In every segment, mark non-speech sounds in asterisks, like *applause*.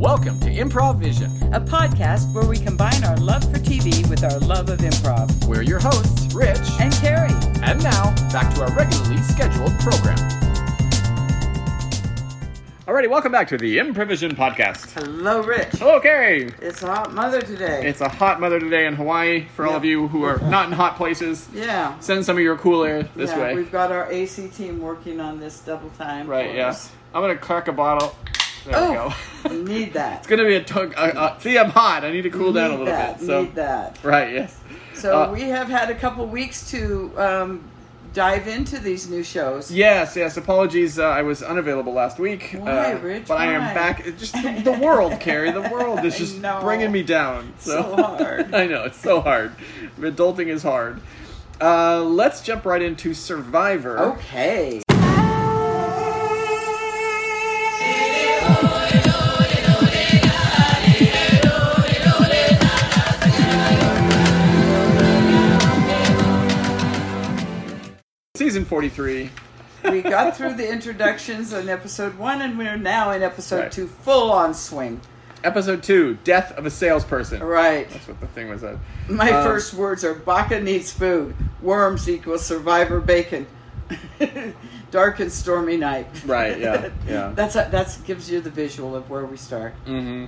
Welcome to Improv Vision. a podcast where we combine our love for TV with our love of improv. We're your hosts, Rich, And Carrie, and now back to our regularly scheduled program. Alrighty, welcome back to the Improvision Podcast. hello, Rich. Hello, Carrie. It's a hot mother today. It's a hot mother today in Hawaii for all of you who are not in hot places. yeah. Send some of your cool air this yeah, way. We've got our AC team working on this double time. Right, for yeah. us. I'm gonna crack a bottle. There Oh. we We go. *laughs* need that. it's gonna be a tug. Uh, uh, see, I'm hot. I need to cool need down a little that. bit. So, Need that. right, yes. So Uh, we have had a couple weeks to um, dive into these new shows. Yes, yes. Apologies, uh, I was unavailable last week. Why, uh, Rich? But I Why? am back. It's just *laughs* the, the world, Carrie. The world is I just know. bringing me down. So, So *laughs* hard. I know it's so hard. Adulting is hard. Uh, let's jump right into Survivor. Oh. Okay. Season forty-three. we *laughs* got through the introductions in episode one, and we're now in episode Right. two, full on swing. Episode two: Death of a salesperson. Right. That's what the thing was. At. My Um, first words are Baca needs food. Worms equals survivor bacon. *laughs* Dark and stormy night. Right, *laughs* yeah, yeah. that's a, that's gives you the visual of where we start. hmm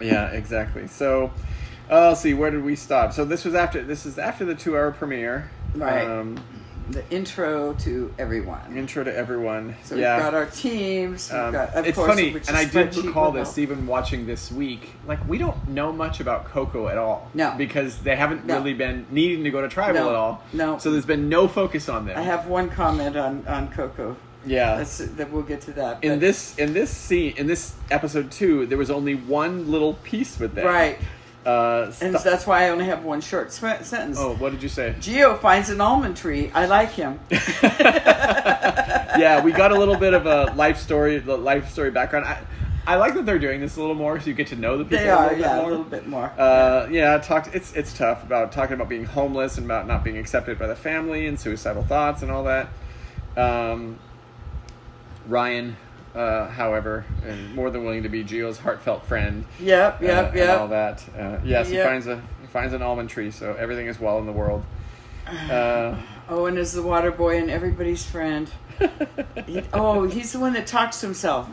Yeah, exactly. So, uh, let's see. Where did we stop? So this was after. This is after the two-hour premiere. Right. Um, The intro to everyone. intro to everyone. So yeah. we've got our teams. We've Um, got, of it's course, funny, which and I is did spreadsheet recall remote. this even watching this week. Like, we don't know much about Coco at all. No. Because they haven't No. really been needing to go to tribal No. at all. No. So there's been no focus on them. I have one comment on on Coco. Yeah. That's, that we'll get to that. in but- this in this scene in this episode two, there was only one little piece with them. right, Uh, and stu- that's why I only have one short swe- sentence. oh, what did you say? Geo finds an almond tree. I like *laughs* him. yeah, we got a little bit of a life story, the life story background. I, I like that they're doing this a little more, so you get to know the people. They a are, little yeah, bit a more. little bit more. Uh, yeah, talk, it's it's tough about talking about being homeless and about not being accepted by the family and suicidal thoughts and all that. Um, Ryan, uh, however, and more than willing to be Gio's heartfelt friend. Yep, uh, yep, and all yep. that. Uh, yes, Yep. he finds a he finds an almond tree, so everything is well in the world. Uh, *laughs* Owen is the water boy and everybody's friend. He- oh, he's the one that talks to himself.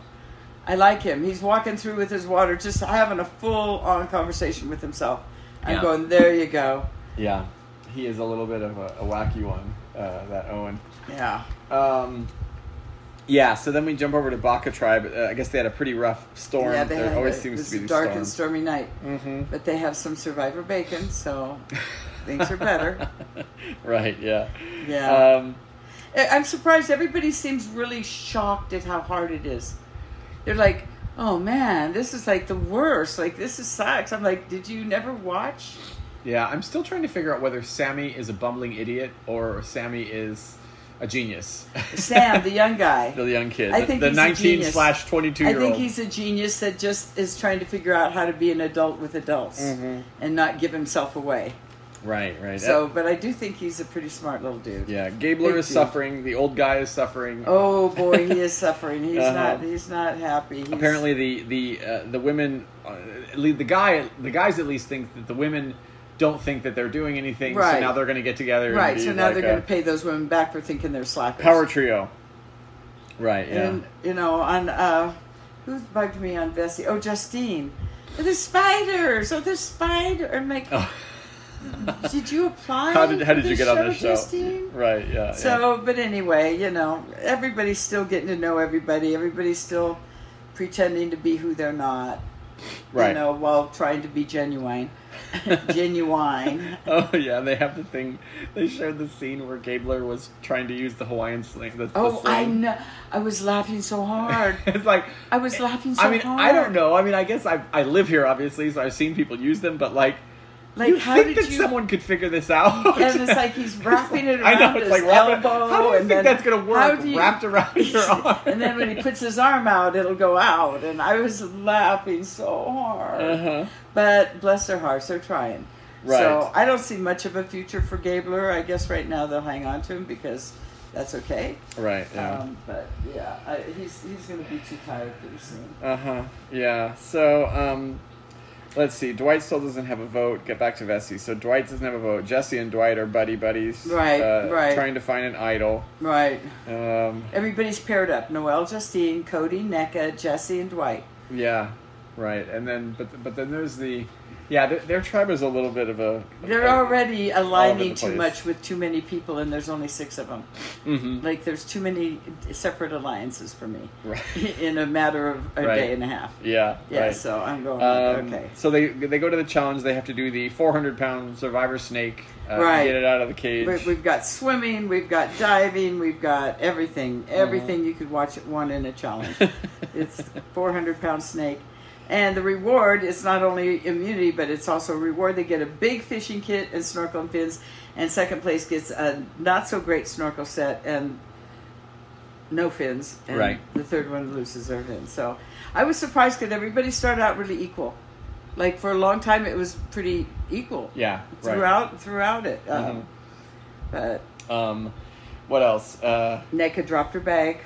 I like him. He's walking through with his water, just having a full on conversation with himself. I'm Yeah. going, there you go. yeah, he is a little bit of a, a wacky one, uh, that Owen. Yeah. Um, yeah, so then we jump over to Baka tribe. Uh, I guess they had a pretty rough storm. yeah, there had always a- seems this to be these dark and storms. stormy night. Mhm. But they have some survivor bacon, so *laughs* things are better. *laughs* right? Yeah. Yeah. Um, I- I'm surprised everybody seems really shocked at how hard it is. They're like, "Oh man, this is like the worst. Like this is sucks." I'm like, "Did you never watch?" yeah, I'm still trying to figure out whether Sammy is a bumbling idiot or Sammy is a genius. *laughs* Sam, the young guy. the young kid, I the- think the, he's a 19 genius. slash 22 I year think old. he's a genius that just is trying to figure out how to be an adult with adults Mhm. and not give himself away. right, right. So, but I do think he's a pretty smart little dude. yeah, Gabler Big is dude. suffering. The old guy is suffering. Oh boy, he is suffering. He's Uh-huh. not. He's not happy. He's, apparently the the uh, the women uh, at least the guy the guys at least think that the women don't think that they're doing anything so Right. now they're going to get together and right. be So now like they're a going to pay those women back for thinking they're slackers. power trio right yeah And you know, on uh, who bugged me on Bessie? Oh, Justine. Oh, there's spiders. Oh, there's spider. I'm *laughs* like, Oh. did you *laughs* apply? how did how for did you get on this show Justine? right yeah yeah. So, but anyway, you know, everybody's still getting to know everybody. Everybody's still pretending to be who they're not. right You know, while trying to be genuine. genuine. *laughs* Oh yeah, they have the thing. They showed the scene where Gabler was trying to use the Hawaiian sling. The, the Oh, I sling. know. I was laughing so hard. *laughs* it's like I *laughs* was laughing so I mean, hard. I don't know. I mean, I guess I I live here obviously, so I've seen people use them, but like Like, you how think did that you? someone could figure this out? *laughs* and it's like *laughs* he's wrapping it I around know, it's his like wrap it- elbow. how do you and think then, that's gonna work, how do wrapped *laughs* around your arm? *laughs* and then when he puts his arm out, it'll go out. And I was laughing so *laughs* hard. Uh-huh. But bless their hearts, they're trying. Right. So I don't see much of a future for Gabler. I guess right now they'll hang on to him because That's okay. Right. Yeah. Um, but yeah, I, he's he's going to be too tired pretty soon. Uh huh. Yeah. So, um, let's see. Dwight still doesn't have a vote. Get back to Vessi. So Dwight doesn't have a vote. Jesse and Dwight are buddy buddies. Right, uh, right. Trying to find an idol. Right. Um, Everybody's paired up: Noel, Justine, Cody, NECA, Jesse, and Dwight. yeah. Right. And then, but but then there's the, yeah. Their, their tribe is a little bit of a. They're already All over aligning the too place. much with too many people, and there's only six of them. Mhm. Like there's too many separate alliances for me Right. *laughs* in a matter of a Right. day and a half. Yeah. Yeah, right. so I'm going Um, okay. So they they go to the challenge. They have to do the 400 pound survivor snake. Uh, Right. Get it out of the cage. We, we've got swimming, we've got diving, we've got everything. Everything you could watch at one in a challenge. it's 400 pound snake. And the reward is not only immunity, but it's also a reward. They get a big fishing kit and snorkel and fins. And second place gets a not so great snorkel set and no fins. And Right. The third one loses their fins. So I was surprised because everybody started out really equal. Like for a long time, it was pretty equal *laughs* yeah. Right. throughout throughout it. Um, Mhm. But Um, what else? Uh, NECA dropped her bag.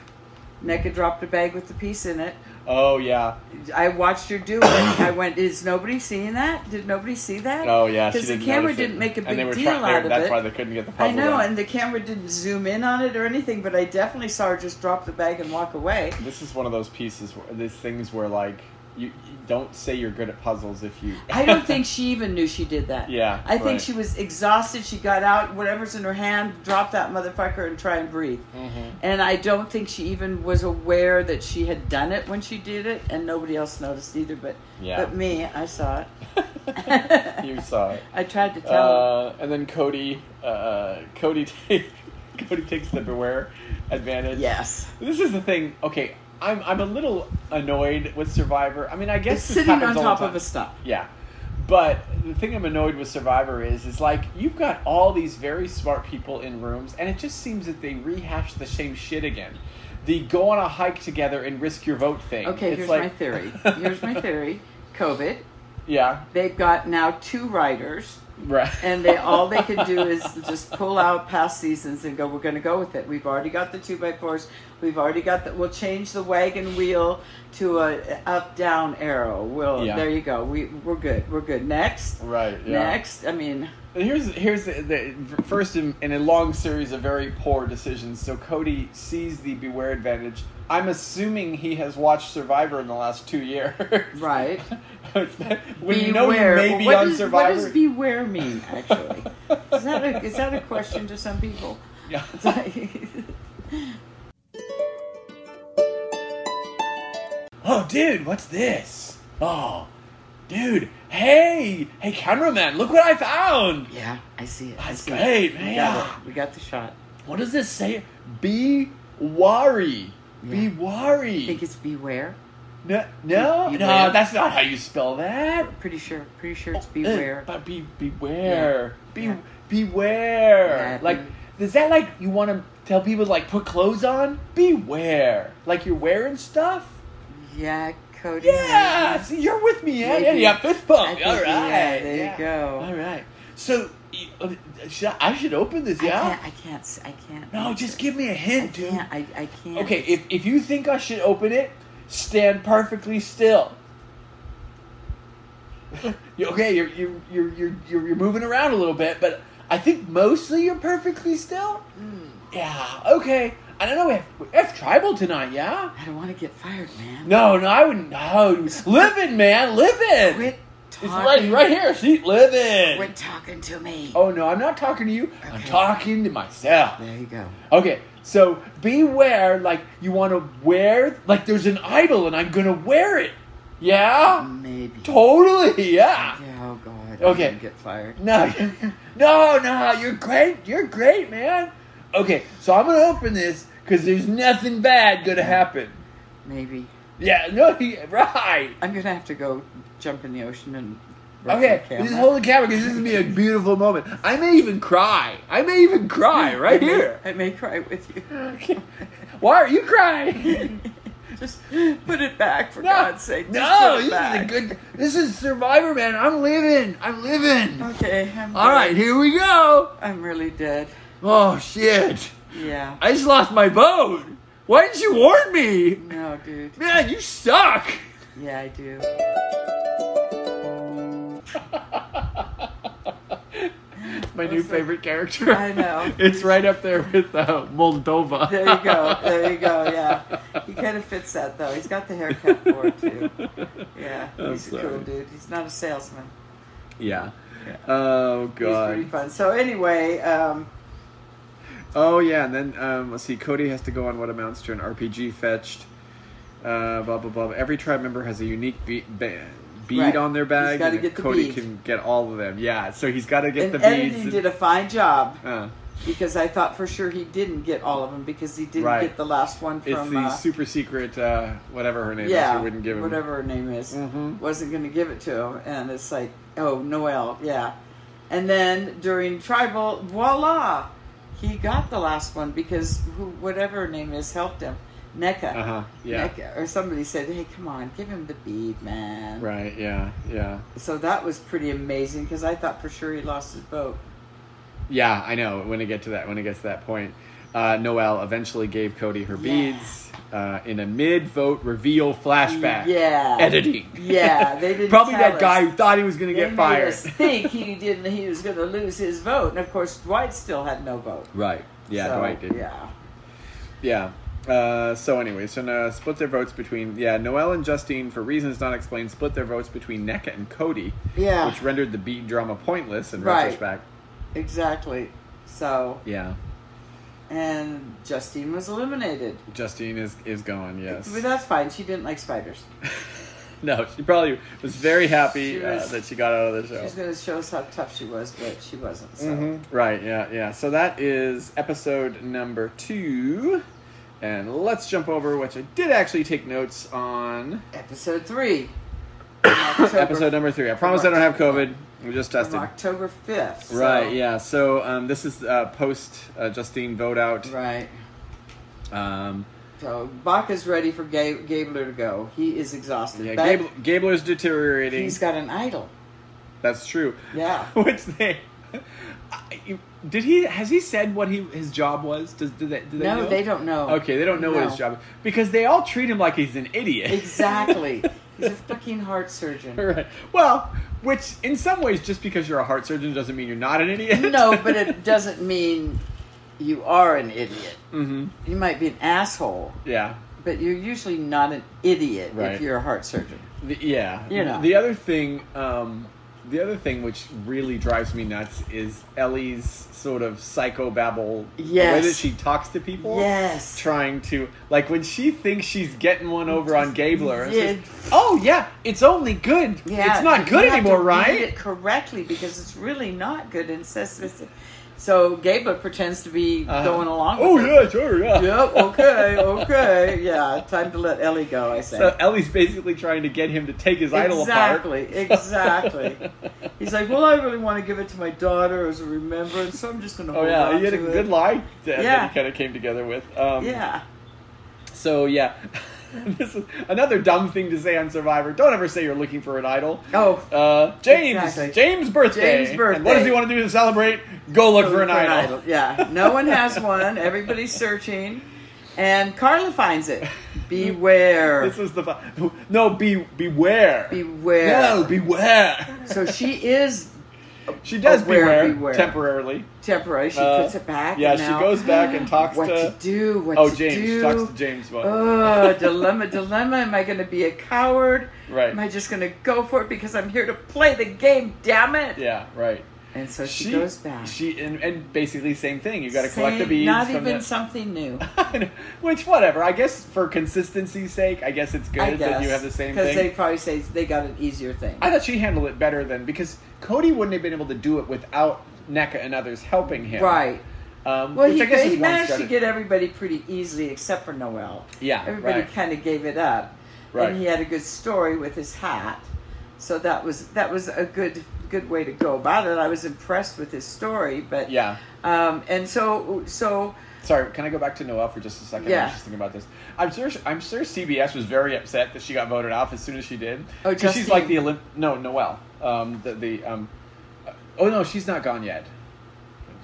NECA dropped a bag with the piece in it. oh yeah. I watched *coughs* her do it. I went, "Is nobody seeing that? Did nobody see that?" Oh yeah. Because She the didn't camera notice it. didn't make a and they big were deal trying- they- out of That's it. why they couldn't get the puzzle. I know, down. and the camera didn't zoom in on it or anything. But I definitely saw her just drop the bag and walk away. this is one of those pieces, where, these things where like you, you don't say you're good at puzzles if you. I don't think she even knew she did that. Yeah, I think right. she was exhausted. She got out, whatever's in her hand, drop that motherfucker and try and breathe. Mm-hmm. And I don't think she even was aware that she had done it when she did it, and nobody else noticed either. But Yeah. but me, *laughs* I saw it. Mhm. *laughs* you saw *laughs* it. I tried to tell. her. Uh, and then Cody, uh, Cody, *laughs* take, Cody takes the beware advantage. yes, This is the thing. Okay, I'm I'm a little annoyed with Survivor. I mean, I guess it's this sitting on happens all top the of time. a stump. Yeah. But the thing I'm annoyed with Survivor is, is like you've got all these very smart people in rooms, and it just seems that they rehash the same shit again. The go on a hike together and risk your vote thing. Okay, It's here's like- *laughs* my theory. Here's my theory. COVID. yeah, They've got now two riders. right. and they all they could do is just pull out past seasons and go we're going to go with it we've already got the two by fours we've already got the we'll change the wagon wheel to a up down arrow we'll Yeah. there you go we, we're good we're good next right. Yeah. next i mean And Here's here's the, the first in, in a long series of very poor decisions. So Cody sees the beware advantage. I'm assuming he has watched Survivor in the last two years. *laughs* right when you know you may be What on does- Survivor. what does beware mean actually is that a, is that a question to some people *laughs* Yeah. *laughs* oh, dude, what's this? Oh, dude, hey, hey, cameraman, look what I found. yeah i see it i That's see great, it. man. We, got it. we got the shot What does this say? Be wary. Be Yeah. wary. i think it's beware No, no, no, Be- beware. that's not how you spell that. pretty sure pretty sure it's Eh, beware But be beware. Be Yeah. beware. Yeah, be- like is that like you want to tell people like put clothes on? Beware. Like you're wearing stuff? Yeah, Cody. Yeah, see, you're with me, eh? yeah, yeah, Maybe. yeah, fist I bump. think, All right, yeah, there you go. All right. So, y- uh, should I, I should open this, I yeah? can't. I can't. s- I can't. No, answer. just give me a I hint, dude. can't. I, I can't. Okay, if, if you think I should open it, stand perfectly still. *laughs* You- okay, you're, you're, you're, you're, you're, you're moving around a little bit, but I think mostly you're perfectly still? Yeah, okay. I don't know, we have, we have tribal tonight, yeah? I don't want to get fired, man. No, no, I wouldn't. No, living, man, living. Quit It's right, talking. right here. See, living. Quit talking to me. Oh no, I'm not talking to you. I'm Okay. talking to myself. There you go. Okay, so beware, like, you want to wear, like, there's an idol and I'm going to wear it. Yeah? Maybe. Totally, yeah. Yeah, oh God. Okay. I'm gonna get fired. No, *laughs* no, no, you're great. You're great, man. Okay, so I'm going to open this because there's nothing bad going to happen. *laughs* Maybe. Yeah, *laughs* no, he- right. I'm gonna have to go jump in the ocean and. rough Okay, the just camera. hold the camera because this is gonna be a beautiful moment. I may even cry. I may even cry right *laughs* I may- here. I may cry with *laughs* you. *laughs* Why are you crying? just put it back for God's sake. Just no, put it this back. is a good. This is Survivor, man. I'm living. I'm living. Oh, Okay. I'm All dead. right, here we go. I'm really dead. Oh shit. Yeah. I just lost my boat. Why didn't you warn me? No, dude. Man, you suck. Yeah, I do. My That's new like- favorite character. I know. *laughs* It's right up there with uh, Moldova. There you go. There you go. *laughs* Yeah. He kind of fits that though. He's got the haircut for it too. Yeah. I'm He's a cool sorry. dude. He's not a salesman. Yeah. Oh He's pretty god. fun. So anyway, um, Oh yeah, and then um, let's see. Cody has to go on what amounts to an RPG fetched. Uh, blah blah blah. Every tribe member has a unique be- be- bead Right. on their He's bag. gotta and get the Cody bead. can get all of them. Yeah, so he's got to get and the beads. editing and- did a fine job uh, because I thought for sure he didn't get all of them because he didn't Right. get the last one from it's the uh, super secret, uh, whatever her name is. yeah, Who wouldn't give him whatever her name is. Mhm. Wasn't going to give it to him, and it's like, oh, Noel, yeah. And then during tribal, voila, he got the last one because who, whatever her name is, helped him. NECA. Uh huh. Yeah. NECA. Or somebody said, hey, come on, give him the bead, man. Right. Yeah. Yeah. So that was pretty amazing because I thought for sure he lost his boat. Yeah, I know. When I get to that, when it gets to that point, uh, Noelle eventually gave Cody her Yeah. beads uh, in a mid-vote reveal flashback. Yeah. editing. *laughs* Yeah, they didn't Probably tell that us. guy who thought he was going to They get made fired. *laughs* us think he didn't. He was going to lose his vote, and of course Dwight still had no vote. right. Yeah, So, Dwight did. Yeah. Yeah, Uh, so anyway, so uh, split their votes between yeah Noelle and Justine for reasons not explained. Split their votes between NECA and Cody, yeah, which rendered the bead drama pointless in Right. retrospect. exactly. So, Yeah, and Justine was eliminated. Justine is is gone. Yes. But that's fine. She didn't like spiders. *laughs* No, she probably was very happy She uh, was- that she got out of the She show. was going to show us how tough she was, but she wasn't. So, Mhm. Right, yeah, yeah. So that is episode number two. And let's jump over, which I did actually take notes on. *coughs* episode three, from October, Episode number three. I promise I don't have COVID. We just from tested. October fifth. so- Right, yeah. So um, this is uh, post uh, Justine vote out. right. Um, So Bach is ready for Ga- Gabler to go. He is exhausted. yeah, But Gable, Gabler's deteriorating. He's got an idol. That's true. Yeah. Which they. I- you- Did he? Has he said what he his job was? Does do *laughs* they? Do they no, know? they don't know. Okay, they don't know what his No. job is because they all treat him like he's an idiot. *laughs* Exactly. He's a fucking heart surgeon. right. Well, which in some ways, just because you're a heart surgeon doesn't mean you're not an idiot. *laughs* No, but it doesn't mean you are an idiot. hmm You might be an asshole, Yeah. but you're usually not an idiot Right. if you're a heart surgeon. The, yeah. You know. The other thing, um, the other thing which really drives me nuts is Ellie's sort of psychobabble. The way Yes. that she talks to people. Yes. Trying to like when she thinks she's getting one over on Gabler. it's Yeah. just, oh yeah, it's only good. Yeah, it's not you good have to anymore, read right? It correctly because it's really not good. And says this- so. Gabler pretends to be Uh-huh. going along. With Oh her. yeah, sure, yeah. Yep. Okay. *laughs* Okay. Yeah. Time to let Ellie go. I say. So Ellie's basically trying to get him to take his idol apart. *laughs* exactly. Exactly. He's like, well, I really want to give it to my daughter as a remembrance, so I'm just going to. Oh yeah, he had a to good it. line that, that Yeah. he kind of came together with. Um, Yeah. So yeah, *laughs* this is another dumb thing to say on Survivor. Don't ever say you're looking for an idol. Oh. Uh, James, Exactly. James' birthday. James' And what does he birthday. want to do to celebrate? Go look for an idol. Yeah. No *laughs* one has one. Everybody's searching, and Carla finds it. Beware. This is the fu- no. Be beware. beware. No, beware. so she is She does Aware, beware, beware. temporarily. temporary. She Uh, puts it back. yeah, and she now- goes back and talks what to- do. What Oh, to James do. she talks to James. One. Oh, dilemma, dilemma. Am I going to be a coward? Right. Am I just going to go for it because I'm here to play the game? Damn it! yeah, right. And so she, goes back. She and, and basically same thing. You got to collect the Saying beads. Not from even the- something new. *laughs* Which, whatever. I guess for consistency's sake, I guess it's I good guess that you have the same because thing. they probably say they got an easier thing. I thought she handled it better than because Cody wouldn't have been able to do it without NECA and others helping him. Right. Um, Well, which he, I guess is he one managed to strategy. get everybody pretty easily, except for Noel. Yeah, Everybody right. kind of gave it up, Right. and he had a good story with his hat. So that was that was a good good way to go about it. I was impressed with his story, but Yeah. Um, and so so Sorry, can I go back to Noelle for just a second? I Yeah. was just thinking about this. I'm sure. I'm sure CBS was very upset that she got voted off as soon as she did. Oh, 'Cause she's like the Justine. Olymp. No, Noelle. Um, the the um, uh, oh no, she's not gone yet.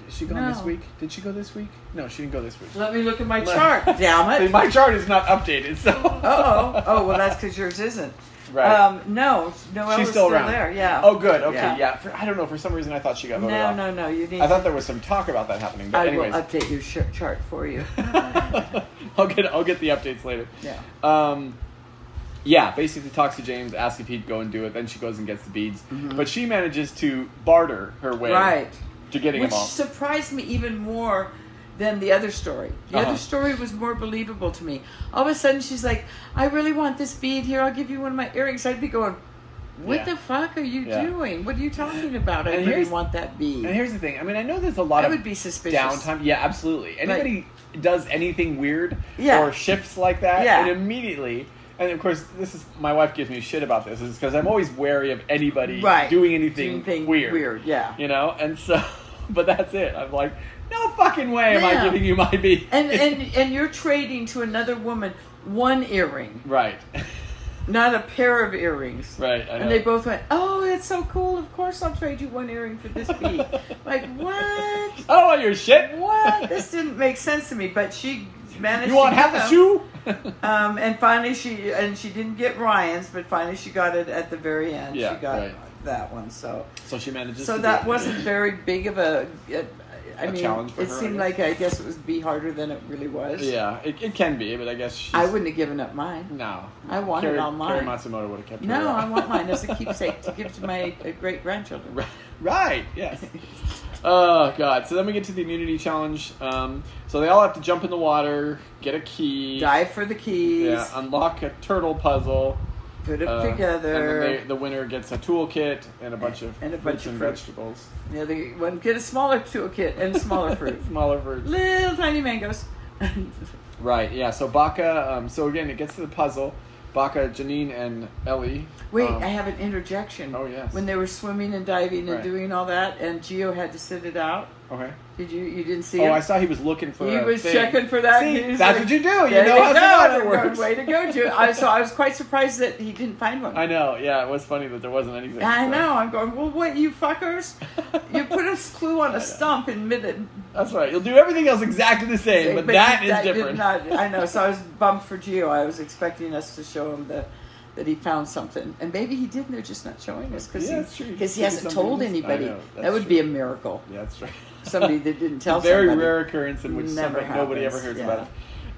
Is she gone this No. week? Did she go this week? No, she didn't go this week. Let me look at my *laughs* chart. Damn See, it. *laughs* my chart is not updated, so. *laughs* Oh, oh, well, that's because yours isn't. Right. Um, no, Noelle She's is still around. there. Yeah. oh, good. Okay, Yeah. yeah. For, I don't know. For some reason, I thought she got voted No, off. no, no. You need. I thought there was some talk about that happening, but I anyways, will update your sh- chart for you. I'll get I'll get the updates later. Yeah. Um, yeah, basically talks to James, asks if he'd go and do it. Then she goes and gets the beads, but she manages to barter her *laughs* way Mm-hmm. Right. to getting Which them all. surprised me even more than the other story. The Uh-huh. other story was more believable to me. All of a sudden, she's like, "I really want this bead here. I'll give you one of my earrings." I'd be going, "What Yeah. the fuck are you Yeah. doing? What are you talking about? I And really here's- want that And bead." here's the thing. I mean, I know there's a lot I of would be suspicious. downtime. Yeah, absolutely. Anybody does anything weird Yeah. or shifts like that, Yeah. and immediately. And of course, this is my wife gives me shit about this, is because I'm always wary of anybody Right. doing anything Anything weird. weird, yeah. You know, and so, *laughs* but that's it. I'm like, no fucking way am I Yeah. giving you my beat. *laughs* And and and you're trading to another woman one earring, right, *laughs* not a pair of earrings. right. I know. And they both went, "Oh, it's so cool! Of course, I'll trade you one earring for this *laughs* bead." like what? I don't want your shit. *laughs* What? This didn't make sense to me. But she managed. You want to get half a them. shoe? *laughs* Um, and finally, she and she didn't get Ryan's, but finally she got it at the very end. Yeah, she got right. that one. So, so she manages. so to that do it. *laughs* wasn't very big of a. a I A mean, challenge for it her, I seemed guess. like I guess it would be harder than it really was. Yeah, it, it can be, but I guess she's, I wouldn't have given up mine. No, I wanted Carrie, all mine. Carrie Matsumoto would have kept. her No, around. I want *laughs* mine as a keepsake to give to my uh, great grandchildren. Right. Right. Yes. *laughs* oh God. So then we get to the immunity challenge. Um, so they all have to jump in the water, get a key, Dive for the keys. yeah, unlock a turtle puzzle. put them uh, together. And then they, the winner gets a toolkit and a bunch of And a fruits bunch of and fruit. vegetables. The other one get a smaller toolkit and *laughs* smaller fruit. Smaller fruits. Little tiny mangoes. *laughs* Right. Yeah. So Baka. Um, so again, it gets to the puzzle. Baka, Janine, and Ellie. Wait, um, I have an interjection. Oh, yes. When they were swimming and diving and Right. doing all that, and Geo had to sit it out. okay. Did you? You didn't see Oh, him? I saw he was looking for. He a was thing. checking for that. See, He was that's like, what you do. You There know how go. survivor works. Way to go, Geo. I, so I was quite surprised that he didn't find one. I know. Yeah, it was funny that there wasn't anything. I so. know. I'm going. Well, what *laughs* you fuckers? you put a clue on a stump in mid That's right. You'll do everything else exactly the same, but, that is did different. not- I know. So I was bummed for Geo. I was expecting us to show him the, that he found something, and maybe he did. and They're just not showing us because Yeah, that's true. he, He because he did hasn't something told else. I anybody. know, that that's would true. be a miracle. Yeah, that's right. *laughs* Somebody that didn't tell Very somebody. rare occurrence in which Never somebody, nobody ever hears happens, yeah. about it.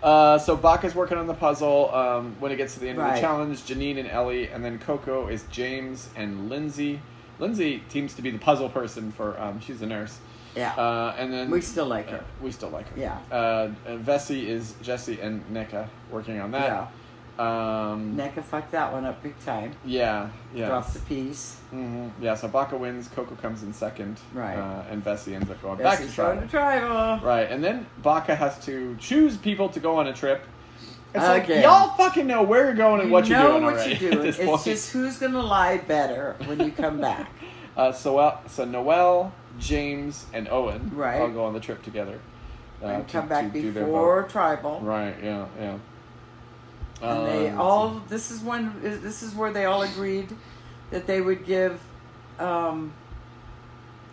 Uh, so Baka's working on the puzzle. Um, when it gets to the end of Right. the challenge, Janine and Ellie, and then Coco is James and Lindsay. Lindsay seems to be the puzzle person for. Um, she's a nurse. Yeah. Uh, and then We still like her. Uh, we still like her. Yeah. Uh, and Vessi is Jesse and Nika working on that. Yeah. Um, NECA fucked that one up big time. yeah. Yeah. Dropped the piece. hmm Yeah, so Baca wins, Coco comes in second, Right. Uh, and Vessi ends up going Yes, he's back going to to China. tribal. Right, and then Baca has to choose people to go on a trip. It's Again. like y'all fucking know where you're going and You what you're know doing what already. you're *laughs* at doing. this It's point. just who's going to lie better when you *laughs* come back. uh, so uh, so Noel, James, and Owen Right. all go on the trip together. Uh, and to- come to back do their before vote. tribal. Right. Yeah. Yeah. And they Um, all. This is when. This is where they all agreed that they would give. Um,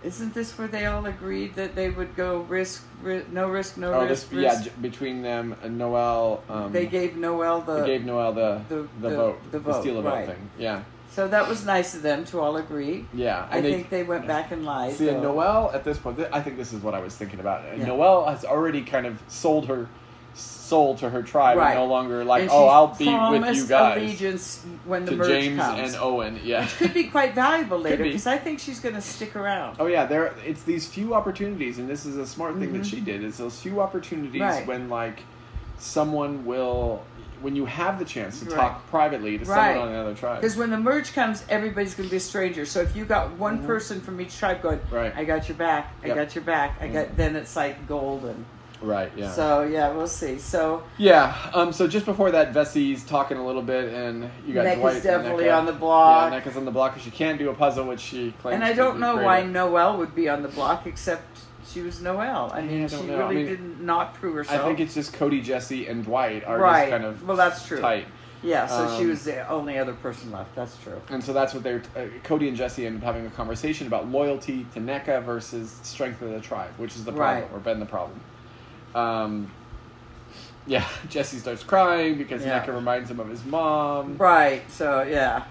isn't this where they all agreed that they would go risk, ri- no risk, no Oh, this, risk? yeah. risk? j- Between them, and Noel. Um, they gave Noel the. they gave Noel the the- the, the- vote, the vote, steal a vote right. thing. Yeah. so that was nice of them to all agree. Yeah, I think they went back and lied. see and though. Noelle at this point. th- I think this is what I was thinking about. And Yeah. Noelle has already kind of sold her soul to her tribe Right. and no longer like, And oh, she's I'll be with you promised guys Allegiance when the to merge James comes. and Owen. *laughs* Yeah. Could be quite valuable later be. because I think she's going to stick around. Oh yeah, there. It's these few opportunities, and this is a smart thing that she did. Is those few opportunities Mm-hmm. Right. when like someone will, when you have the chance to Right. talk privately to Right. someone on another tribe. Because when the merge comes, everybody's going to be a stranger. So if you got one person from each tribe going, Mm-hmm. Right. I got your back, I Yep. got your back, I got, then it's like golden. Right. Yeah. So yeah, we'll see. So Yeah. Um, so just before that, Vessie's talking a little bit, and you got Neck is Dwight. and definitely Neca. on the block. Yeah, Neca's on the block because she can't do a puzzle, which she claims. and I she'd don't be know great why at. Noelle would be on the block, except she was Noelle. I mean, I she don't know. I really mean, did not prove herself. I think it's just Cody, Jesse, and Dwight are right. just kind of well, that's true. tight. Yeah, so she Um, was the only other person left. That's true. And so that's what they're. Uh, Cody and Jesse ended up having a conversation about loyalty to NECA versus strength of the tribe, which is the problem, Right. or been the problem. Um, yeah, *laughs* Jesse starts crying because Yeah. NECA reminds him of his mom. Right. So yeah.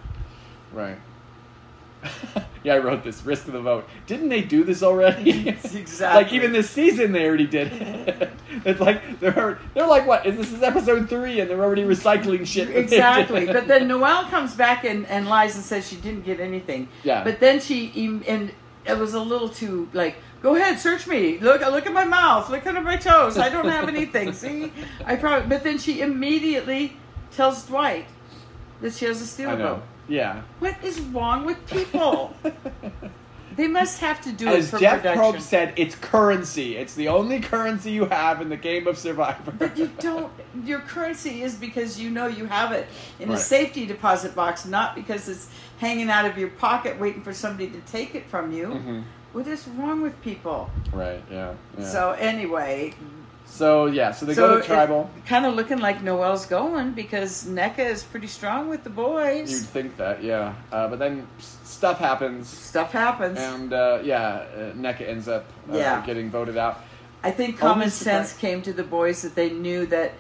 Right. *laughs* yeah, I wrote this risk of the vote. Didn't they do this *laughs* already? like Exactly. even this season, they already did. *laughs* it. it's like they're they're like what? This is episode three, and they're already recycling shit. *laughs* that they *laughs* Exactly. did. but then Noelle comes back and, and lies and says she didn't get anything. Yeah. But then she em- and it was a little too like, go ahead, search me. Look, look at my mouth. Look under my toes. I don't *laughs* have anything. See, I probably. But then she immediately tells Dwight that she has *laughs* a I steel know. boat. Yeah. What is wrong with *laughs* people? they must have to do it As for Jeff Probe production. said, it's currency. It's the only currency you have in the game of Survivor. *laughs* But you don't. Your currency is because you know you have it in a Right. safety deposit box, not because it's hanging out of your pocket waiting for somebody to take it from you. Mhm. What is wrong with people? Right. Yeah. yeah. So anyway, So, yeah. So they go to tribal. Kind of looking like Noel's going because NECA is pretty strong with the boys. You'd think that. Yeah. Uh, but then s- stuff happens, Stuff *laughs* happens. and uh, yeah, uh, NECA ends up uh, Yeah. getting voted out. I think common Almost surprised. sense came to the boys that they knew that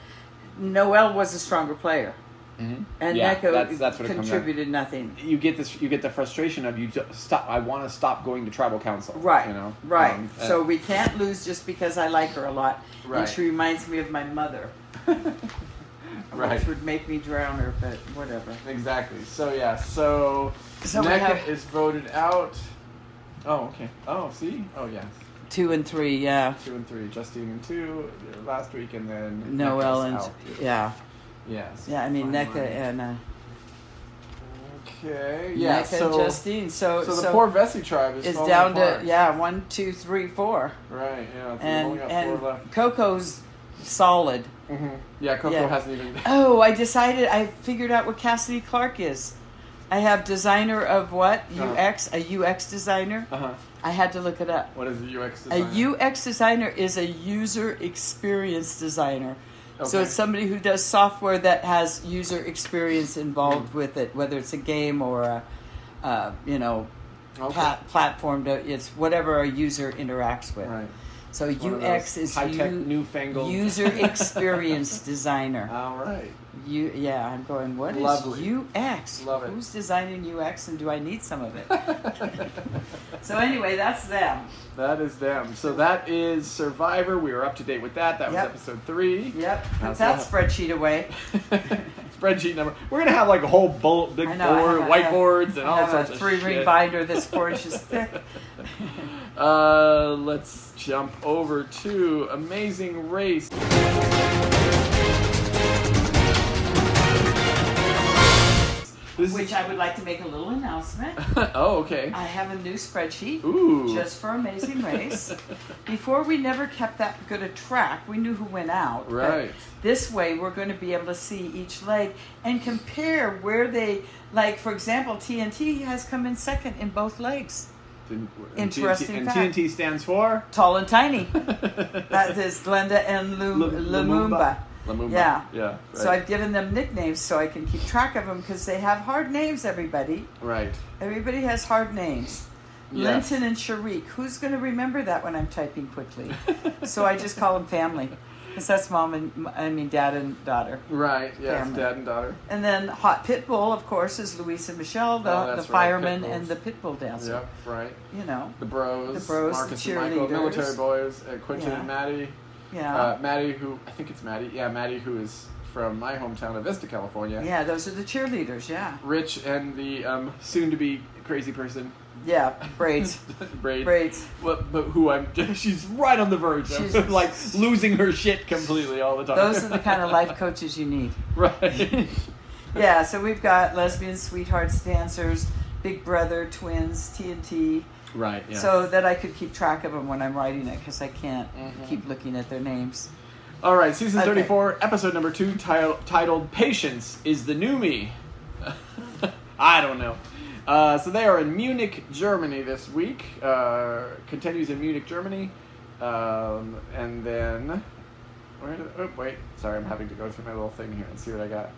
Noel was a stronger player, Mhm. and Yeah, NECA that's- that's what it comes down- contributed nothing. You get this. You get the frustration of you ju- stop. I want to stop going to tribal council. Right. You know. Right. Um, so we can't lose just because I like her a lot. Right. And she reminds me of my mother. *laughs* Right. Which would make me drown her, but whatever. Exactly. So yeah. So, So we NECA have- is voted out. Oh okay. Oh see. Oh yeah. Two and three, yeah. Two and three. Justine and two uh, last week, and then Noel Nick and is out. yeah, yes. yeah. E I mean NECA Finally. and uh, Okay. Yeah. NECA so, and Justine. So so the poor Vessi tribe is, is falling down apart. to yeah one, two, three, four, Right. Yeah. So we've and only got and four left. Coco's solid. hmm Yeah. Coco Yeah. hasn't even. *laughs* Oh, I decided. I figured out what Cassidy Clark is. I have designer of what Uh-huh. UX, a UX designer. Uh huh. I had to look it up. What is the UX A design? UX designer is a user experience designer. So Okay. it's somebody who does software that has user experience involved with it, whether it's a game or a, uh, you know, Okay. plat- platform. To, it's whatever a user interacts with. Right. So One of UX those is high-tech, u- newfangled- *laughs* user experience designer. All right. You, yeah, I'm going. What is Lovely. UX? Love it. Who's designing UX, and do I need some of it? *laughs* *laughs* so anyway, that's them. that is them. So that is Survivor. We were up to date with that. That Yep. was episode three. Yep, put How's that that? spreadsheet away. *laughs* Spreadsheet number. We're gonna have like a whole bull, big I know, I board, have a- whiteboards, and I all have sorts a of three ring shit. binder *laughs* that's four inches thick. Uh, let's jump over to Amazing Race. This Which I would like to make a little announcement. *laughs* oh, okay. I have a new spreadsheet Ooh. just for Amazing Race. Before we never kept that good a track. We knew who went out. *laughs* but Right. This way, we're going to be able to see each leg and compare where they, like for example, TNT has come in second in both legs, And Interesting TNT, fact. And TNT stands for. tall *laughs* and tiny. that that is Glenda and Lu- Lumumba. Lumumba. Yeah. Yeah. Right. So I've given them nicknames so I can keep track of them because they have hard names, everybody. right. Everybody has hard names. Yes. Linton and Sharik. Who's going to remember that when I'm typing *laughs* quickly? so I just call them family because that's mom and, I mean, dad and daughter. Right. Yes. Family. Dad and daughter. And then Hot Pitbull, of course, is Luis and Michelle, the, Oh, the that's right, fireman Pitbulls. and the Pitbull dancer. Yep. Right. You know, The Bros. The Bros, the Marcus and Michael. cheerleaders. Military boys. Uh, Quentin Yeah. and Maddie. yeah. Uh, Maddie, who I think it's Maddie. Yeah, Maddie, who is from my hometown of Vista, California. yeah, those are the cheerleaders, yeah. Rich and the um, soon-to-be crazy person, *laughs* Yeah, braids. Braid. braids. What, but who I'm? *laughs* She's right on the verge She's- of *laughs* like losing her shit completely all the time. Those are the kind of life coaches you need. *laughs* *laughs* right. Yeah, so we've got lesbian sweethearts, dancers, Big Brother, twins, TNT, right. Yeah. so that I could keep track of them when I'm writing it because I can't Mhm. keep looking at their names. All right, season Okay. 34, episode number two, title, titled Patience is the New Me. *laughs* I don't know. Uh, so they are in Munich, Germany this week. Uh, continues in Munich, Germany. Um, and then. Where did, oh, wait. Sorry, I'm having to go through my little thing here and see what I got.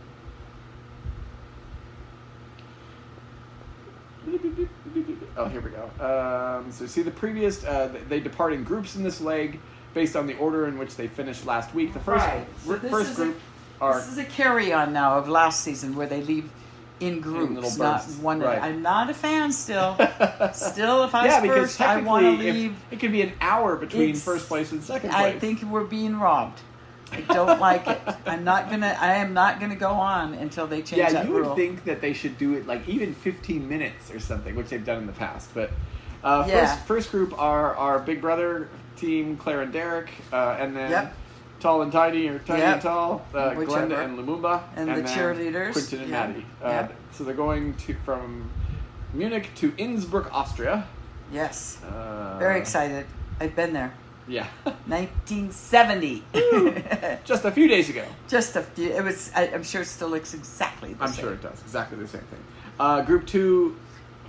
Oh, here we go. Um, so see the previous. Uh, th- they depart in groups in this leg based on the order in which they finished last week. The first Right. So r- this first is a- group are This is a carry on now of last season where they leave in groups, little not bursts. one. Right. I'm not a *laughs* fan still. still, if I was yeah because first, I want to technically if- leave. it could be an hour between It's- first place and second place. I think we're being robbed. I don't *laughs* like it. I'm not gonna. I am not gonna go on until they change Yeah, that you rule. would think that they should do it like even 15 minutes or something, which they've done in the past. But uh, Yeah. first, first group are our Big Brother team, Claire and Derek, uh, and then Yep. Tall and Tiny or Tiny Yep. and Tall, uh, Whichever. Glenda and Lumumba, And the then cheerleaders. Quinton and Yeah. Maddie. Uh, Yeah. So they're going to from Munich to Innsbruck, Austria. Yes. Uh, Very excited. I've been there. Yeah, *laughs* 1970. just a few days ago. *laughs* Just a few. It was. I, I'm sure it still looks exactly the I'm same. sure it does exactly the same thing. Uh, group two.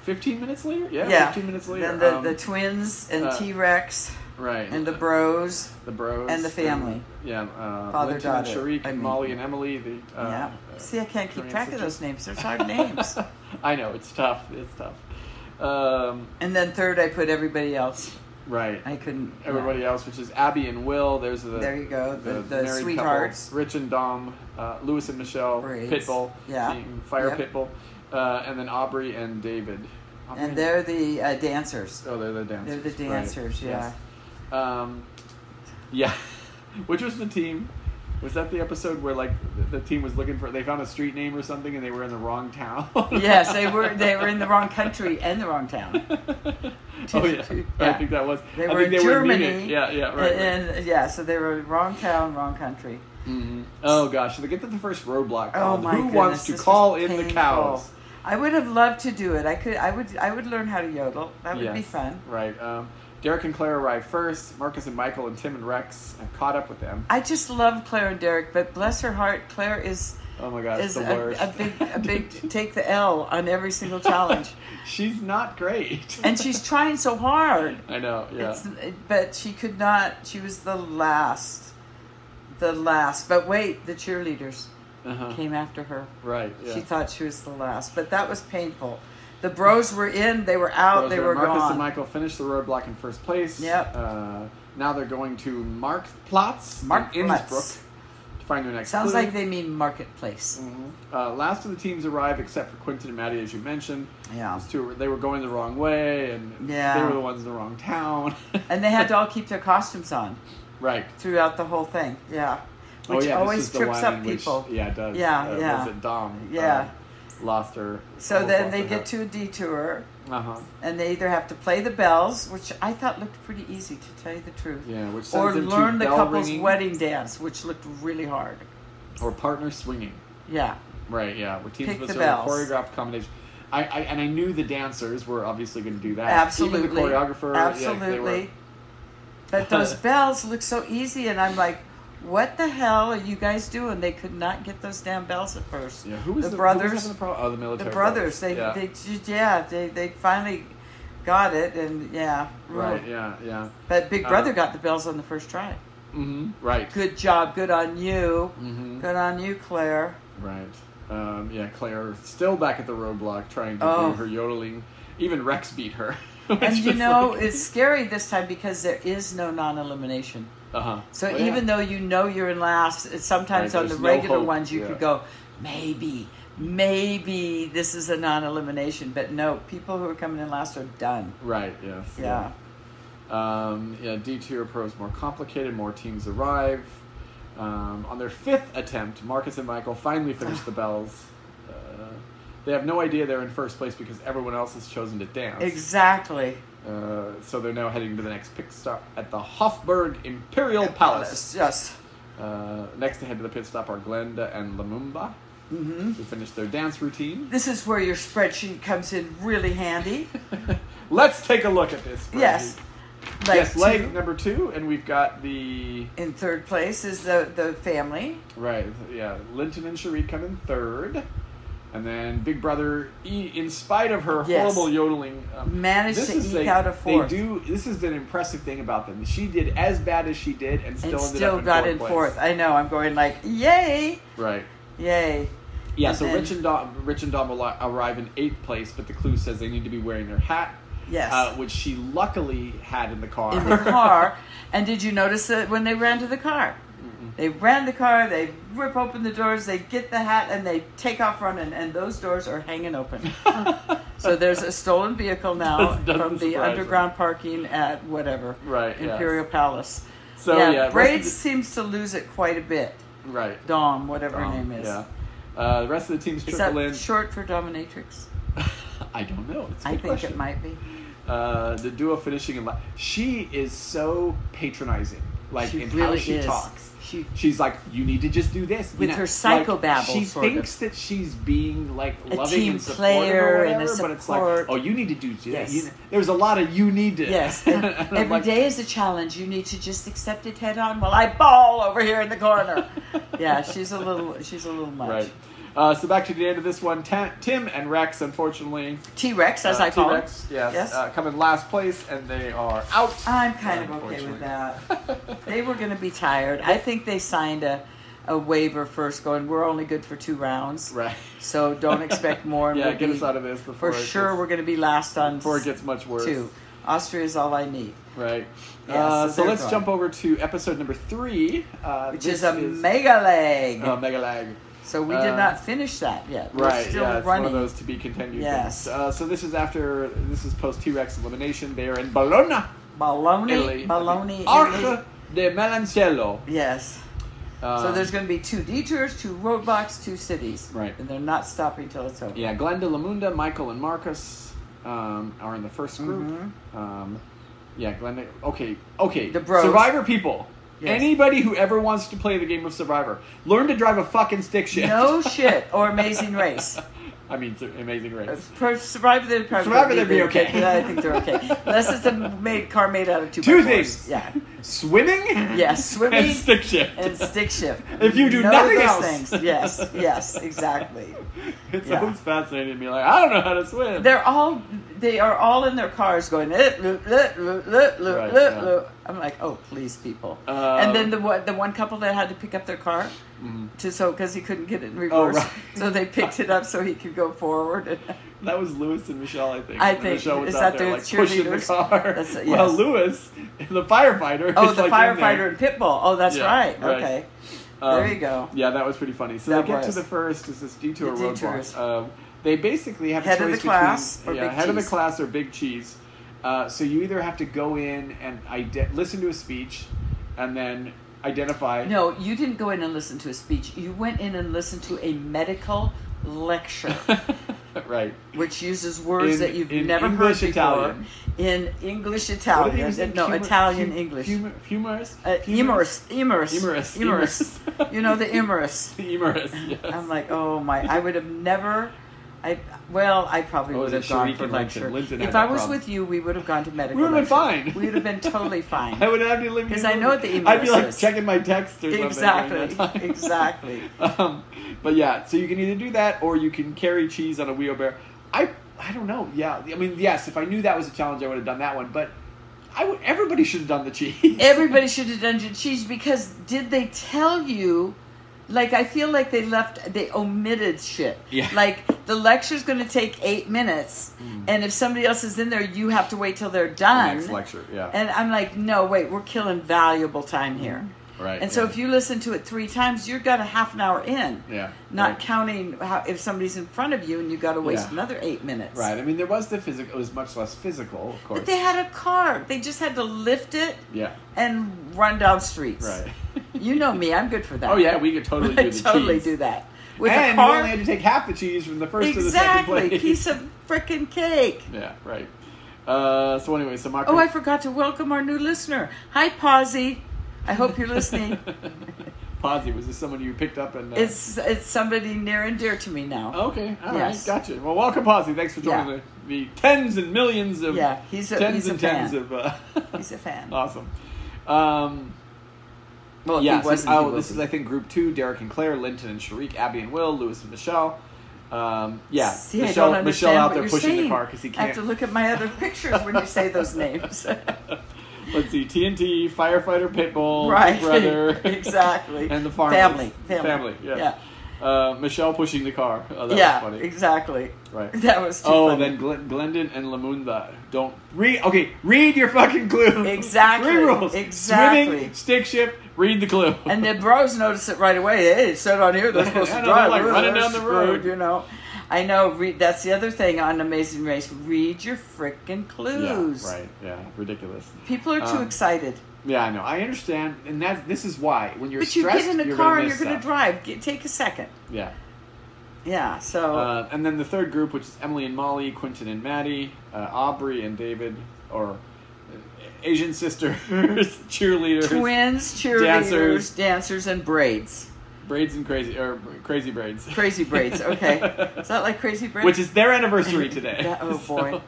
15 minutes later? Yeah, 15 minutes later. Then the, um, the twins and uh, T Rex right. and the bros. the bros And the family. yeah, uh, Father, Linton and daughter, Sharik I and mean. Molly and Emily. The uh, yeah. uh, See, I can't keep Korean track of those sisters. names. There's *laughs* hard names. I know it's tough. It's tough. Um, And then third, I put everybody else. right. I couldn't. yeah. Everybody else, which is Abby and Will. There's the There you go, the- the married sweethearts. couple, Rich and Dom, uh, Lewis and Michelle, Braids. Pitbull, Yeah. team, Fire Yep. Pitbull, uh, and then Aubrey and David. Aubrey And they're the uh, dancers. *laughs* oh, they're the dancers. They're the right. dancers, yeah. Yes. Um, yeah. *laughs* Which was the team? Was that the episode where like the the team was looking for? They found a street name or something, and they were in the wrong town. *laughs* yes, they were. They were in the wrong country and the wrong town. *laughs* oh yeah. I think that was. They I were think in they Germany. Were in Munich. yeah, yeah, right. right. And, and- yeah, so they were wrong town, wrong country. Mhm. Oh gosh, so they get to the first roadblock. Oh called, my Who goodness, wants to this call was in the painful. cows? I would have loved to do it. I could. I would. I would learn how to yodel. That would be Yes, fun. Right. Um, Derek and Claire arrive first. Marcus and Michael and Tim and Rex have caught up with them. I just love Claire and Derek, but bless her heart, Claire is Oh my gosh, is the a, worst. a big *laughs* a big take the L on every single challenge, She's not *laughs* great. and she's trying so hard. I know. Yeah. It's, but she could not. She was the last, the last. But wait, the cheerleaders Uh-huh. came after her. Right. Yeah. She thought she was the last, but that was painful. The bros were in, they were out, Those they are- were Marcus gone. and Michael finished the roadblock in first place. Yep. Uh, now they're going to Marktplatz Marktplatz. in Innsbruck to find their next. Sounds clue. like they mean marketplace. Mhm. Uh, last of the teams arrive, except for Quentin and Maddie, as you mentioned. Yeah. Those two were- they were going the wrong way, and Yeah. they were the ones in the wrong town. *laughs* And they had to all keep their costumes on right. throughout the whole thing. Yeah. Which oh yeah, always this is trips the one up in which- people. yeah, it does. Yeah, Uh, yeah. Was it Dom? Yeah. uh, lost her. So then they get to a detour Uh huh. and they either have to play the bells, which I thought looked pretty easy to tell you the truth. Yeah, which sends Or them to learn the bell couple's ringing wedding dance, which looked really hard. or partner swinging. Yeah. Right, yeah. We're teams Pick with the sort of bells. choreographed combination. I, I and I knew the dancers were obviously going to do that. Absolutely. Even the choreographer. Absolutely. Yeah, they were, *laughs* But those bells look so easy, and I'm like, what the hell are you guys doing? They could not get those damn bells at first. yeah, who was the, the, Who was brothers? having the, problem? oh, the the military. brothers. They, yeah. they, ju- yeah, they, they finally got it, and yeah, Right, ruled. yeah, yeah. But Big Uh, Brother got the bells on the first try. Mm-hmm. Right. Good job. Good on you. Mm-hmm. Good on *laughs* you, Claire. Right. Um, yeah, Claire still back at the roadblock trying to Oh. do her yodeling. Even Rex beat her. *laughs* And you know, it's scary this time because there is no non elimination. uh huh. So even though you know you're in last, it's sometimes Right, on the there's no regular hope, ones you yeah. could go, maybe, maybe this is a non-elimination. But no, people who are coming in last are done. Right. Yes. Yeah, Um, yeah, D tier pro is more complicated. More teams arrive. Um, on their fifth attempt, Marcus and Michael finally finish the bells. Uh, they have no idea they're in first place because everyone else has chosen to dance. exactly. uh, so they're now heading to the next pit stop at the Hofburg Imperial Palace. Yes. Uh, next to head to the pit stop are Glenda and Lamumba, Mm-hmm. who finish their dance routine. This is where your spreadsheet comes in really *laughs* handy. Let's take a look at this. spreadsheet. yes. Leg yes, two leg number two, and we've got the in third place is the the family. Right. Yeah. Linton and Cherie come in third, and then Big Brother, e, in spite of her Yes. horrible yodeling, um, Managed this to is eke out a fourth. They do. This is an impressive thing about them. She did as bad as she did, and still And ended still up in got fourth in place. fourth. I know. I'm going like, yay, Right. yay. Yeah, And so then- Rich and Dom, Rich and Dom arri- arrive in eighth place, but the clue says they need to be wearing their hat, Yes. uh, which she luckily had in the car. in *laughs* the car. And did you notice that when they ran to the car? Mm-hmm. They ran the car, they rip open the doors, they get the hat, and they take off running. And those doors are hanging open. so there's a stolen *laughs* vehicle now This doesn't from the surprise me. underground parking at whatever Right, yes. Imperial Palace. So, yeah, rest of Braid the- seems to lose it quite a bit. right. Dom, whatever her Um, name is. Yeah. Uh, the rest of the teams Is trickle in. that short for dominatrix? *laughs* I don't know. It's a I good think question. it might be. Uh, the duo finishing in last. She is so patronizing, like She in how really she is. talks. She- she's like, you need to just do this you With know, her like, psychobabble, she sort of. thinks that she's being like A loving team and supportive or player whatever, and a but it's support. like, oh, you need to do this. Yes. You- there's a lot of you need to. *laughs* Yes. And and I'm Every day like, is a challenge. You need to just accept it head on while I ball over here in the *laughs* corner. yeah, she's a little she's a little much. Right. Uh, so back to the end of this one. Ta- Tim and Rex, unfortunately, T Rex as uh, I call T-Rex, him. yes, Uh, come in last place, and they are out. I'm kind of okay Unfortunately. with that. they were gonna be tired. I think they signed a a waiver first going, We're only good for two rounds. Right. So don't expect more *laughs* and yeah, we'll get be- us out of this before for it sure gets- we're gonna be last on before it gets much worse. two. Austria is all I need. Right. Yeah, uh, so so they're let's gone. jump over to episode number three, uh, Which this is a mega leg. oh, mega lag. so we uh, did not finish that yet. We're Right. still yeah, it's running. one of those to be continued. Yes. things. Uh, so this is after this is post T Rex elimination. They are in Bologna, Baloney, Italy. baloney, Italy. Arca de Melancello. Yes. Um, so there's going to be two detours, two roadblocks, two cities. Right. And they're not stopping till it's over. Yeah, Glenda Lamunda, Michael, and Marcus um, are in the first group. Um, yeah, Glenda. Okay, okay. Mm-hmm. The bros. Survivor people. Yes. Anybody who ever wants to play the game of Survivor, learn to drive a fucking stick shift. *laughs* No shit or Amazing Race. I mean, it's an amazing race. For Survivor, they'd probably Survivor, they'd be okay. Yeah, I think they're okay. Unless it's a made car made out of two. Two by fours. things. Yeah. Swimming. *laughs* Yes, swimming and stick shift. *laughs* And stick shift. If you do Know nothing those else. things. Yes. Yes. Exactly. it's yeah. always fascinating to me. Like I don't know how to swim. They're all. They are all in their cars going. "Eh, lu, lu, lu, lu, lu, Right, lu, yeah. lu." I'm like, oh please, people. Uh, and then the one, the one couple that had to pick up their car, Mm. to so because he couldn't get it in reverse, Oh, right. so they picked it up so he could go forward. *laughs* And, That was Lewis and Michelle, I think. I And think- Michelle was is out that there the like pushing the cheerleaders? car. That's- yes. Well, Lewis, the firefighter. oh, is, the like, in there. firefighter and Pitbull. Oh, that's Yeah, right. right. Okay, Um, there you go. Yeah, that was pretty funny. So That they get was. to the first is this detour The roadblock. detours. Um, they basically have Head a of choice the class or between yeah, Big head of the Cheese. class or big cheese. Uh, so you either have to go in and ide- listen to a speech, and then identify. No, you didn't go in and listen to a speech. You went in and listened to a medical *laughs* lecture. *laughs* right. which uses words In- that you've in never English, heard before. Italian. In What English, do they Italian, Uh, use in no, humor- Italian, hum- English. Humor, humorous. uh, Humorous? Emerus, Emerus, Emerus, Emerus. *laughs* Emerus. you know the Emerus. *laughs* Humorous. Yes. I'm like, oh my! I would have never. I well, I probably Oh, would is have it gone Sharik for and Linton? lecture. Linton had if that I was problem. with you, we would have gone to medical. We would have been lecture. fine. We would have *laughs* been totally fine. I would have to live. know the I'd be like emails. checking my text or something. during Exactly, that time. *laughs* exactly. um, but yeah, so you can either do that or you can carry cheese on a wheelbarrow. I I don't know. Yeah, I mean, yes. If I knew that was a challenge, I would have done that one. But I would. Everybody should have done the cheese. *laughs* Everybody should have done your cheese because did they tell you? Like I feel like they left, they omitted shit. Yeah. Mm. Like the lecture's going to take eight minutes, and if somebody else is in there, you have to wait till they're done. next lecture, yeah. And I'm like, no, wait, we're killing valuable time here. Mm. Right, And so yeah. if you listen to it three times, you've got a half an hour in. Yeah, Not right. counting how, if somebody's in front of you and you got to waste Yeah. another eight minutes. Right. I mean, there was the physical. It was much less physical, of course. But they had a car. They just had to lift it yeah. and run down streets. Right. *laughs* You know me. I'm good for that. Oh *laughs* yeah, we could totally do I the totally cheese. do that with and a car. you only had to take half the cheese from the first to the second exactly, place. piece of frickin' cake. Yeah. Right. Uh, so anyway, so Marco. Oh, I forgot to welcome our new listener. Hi, Posy. I hope you're *laughs* listening. Posy, was this someone you picked up and? Uh, it's it's somebody near and dear to me now. Okay, all right, Yes. gotcha. Well, welcome, Posse. Thanks for joining Yeah. the, the tens and millions of Yeah, he's a- tens he's a and tens fan. of. Uh, He's a *laughs* fan. awesome. Um, Well, if Uh, yeah, he so- wasn't. he oh, will this be. is I think group two: Derek and Claire, Linton and Sharik, Abby and Will, Lewis and Michelle. Um, yeah, See, I Michelle, don't Michelle understand out what there you're pushing the saying. car because he I can't. Oh, have to look at my other pictures when you *laughs* say those names. Let's see, TNT, firefighter, pitbull, Big right. *laughs* brother, *laughs* exactly. and the farmers. Family. Family. Family, yeah. Uh, Michelle pushing the car. Oh, that yeah, was funny. exactly. *laughs* Right. That was too Oh, funny. then Gl- Glendon and Lamunda. Don't read. Okay, read your fucking clue. *laughs* Exactly, Three rules. exactly. Swimming, stick shift. Read the clue. And the bros noticed it right away. Hey, it said on here they're supposed *laughs* to I know, drive. they're like We're running down the road. screwed, you know. I know. Read, that's the other thing on Amazing Race. Read your frickin' clues. *laughs* Yeah, right. Yeah. Ridiculous. People are too Um, excited. Yeah, I know. I understand, and that this is why when you're But you stressed, get in a you're car gonna and you're miss going to stuff. drive. Get, take a second. Yeah. Yeah. So Uh, and then the third group, which is Emily and Molly, Quentin and Maddie, uh, Aubrey and David, or uh, Asian sisters, *laughs* cheerleaders, twins, cheerleaders, dancers. dancers. and braids. braids and crazy or crazy braids, Crazy *laughs* braids. Okay. is that like crazy braids? which is their *laughs* anniversary today. That- oh, boy. So,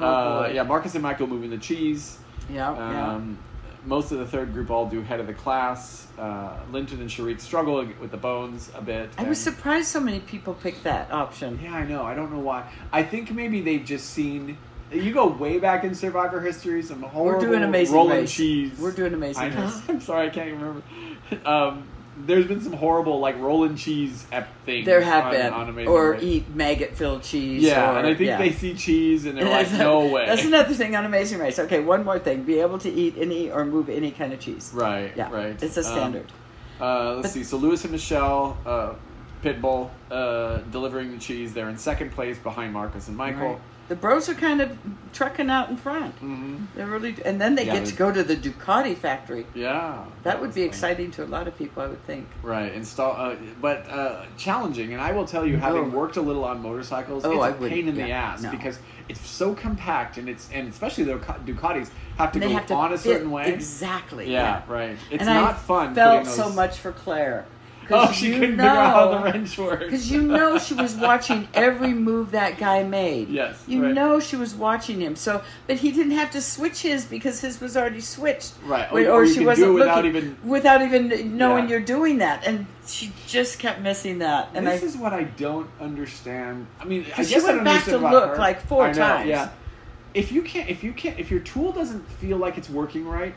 Oh, uh, boy. yeah, Marcus and Michael moving the cheese. yeah. yeah. Um, Most of the third group all do head of the class. Uh, Linton and Sharik struggle with the bones a bit. I was and- surprised so many people picked that option. Yeah, I know. I don't know why. I think maybe they've just seen. You go way back in Survivor history. Some horrible doing Amazing rolling Race. cheese. We're doing Amazing I know. Race. *laughs* I'm sorry, I can't remember. Um, there's been some horrible like rolling cheese ep- things. There have on, been, on Amazing or Race. eat maggot-filled cheese. Yeah, or- and I think yeah. they see cheese and *laughs* they're like, no way. That's another thing on Amazing Race. Okay, one more thing: be able to eat any or move any kind of cheese. Right. Yeah, Right. It's a Um, standard. Uh, let's But- see. So Lewis and Michelle, uh, Pitbull, uh, delivering the cheese. They're in second place behind Marcus and Michael. Right. The bros are kind of trucking out in front. hmm They're really, and then they Yeah, get they- to go to the Ducati factory. Yeah. That would was be fun. exciting to a lot of people, I would think. Right. Install, uh, but uh, challenging. And I will tell you, having Oh. worked a little on motorcycles, Oh, it's a I wouldn't. pain in the Yeah, ass no. because it's so compact, and it's and especially the Duca- Ducatis have to And go they have to on a fit certain way. Exactly. Yeah, right. It's and not I fun. Felt putting so those- much for Claire. 'Cause *laughs* Oh, she you couldn't figure out how the know- wrench works. *laughs* Because you know she was watching every move that guy made. Yes, You right. know she was watching him. So, but he didn't have to switch his because his was already switched. Right, or Wait, you- or you can do it without even- without even knowing Yeah. you're doing that, and she just kept missing that. And this I, is what I don't understand. I mean, I 'Cause she guess I went don't back understand to about look, her. like, four I know, times. Yeah. If you can't, if you can't, if your tool doesn't feel like it's working right,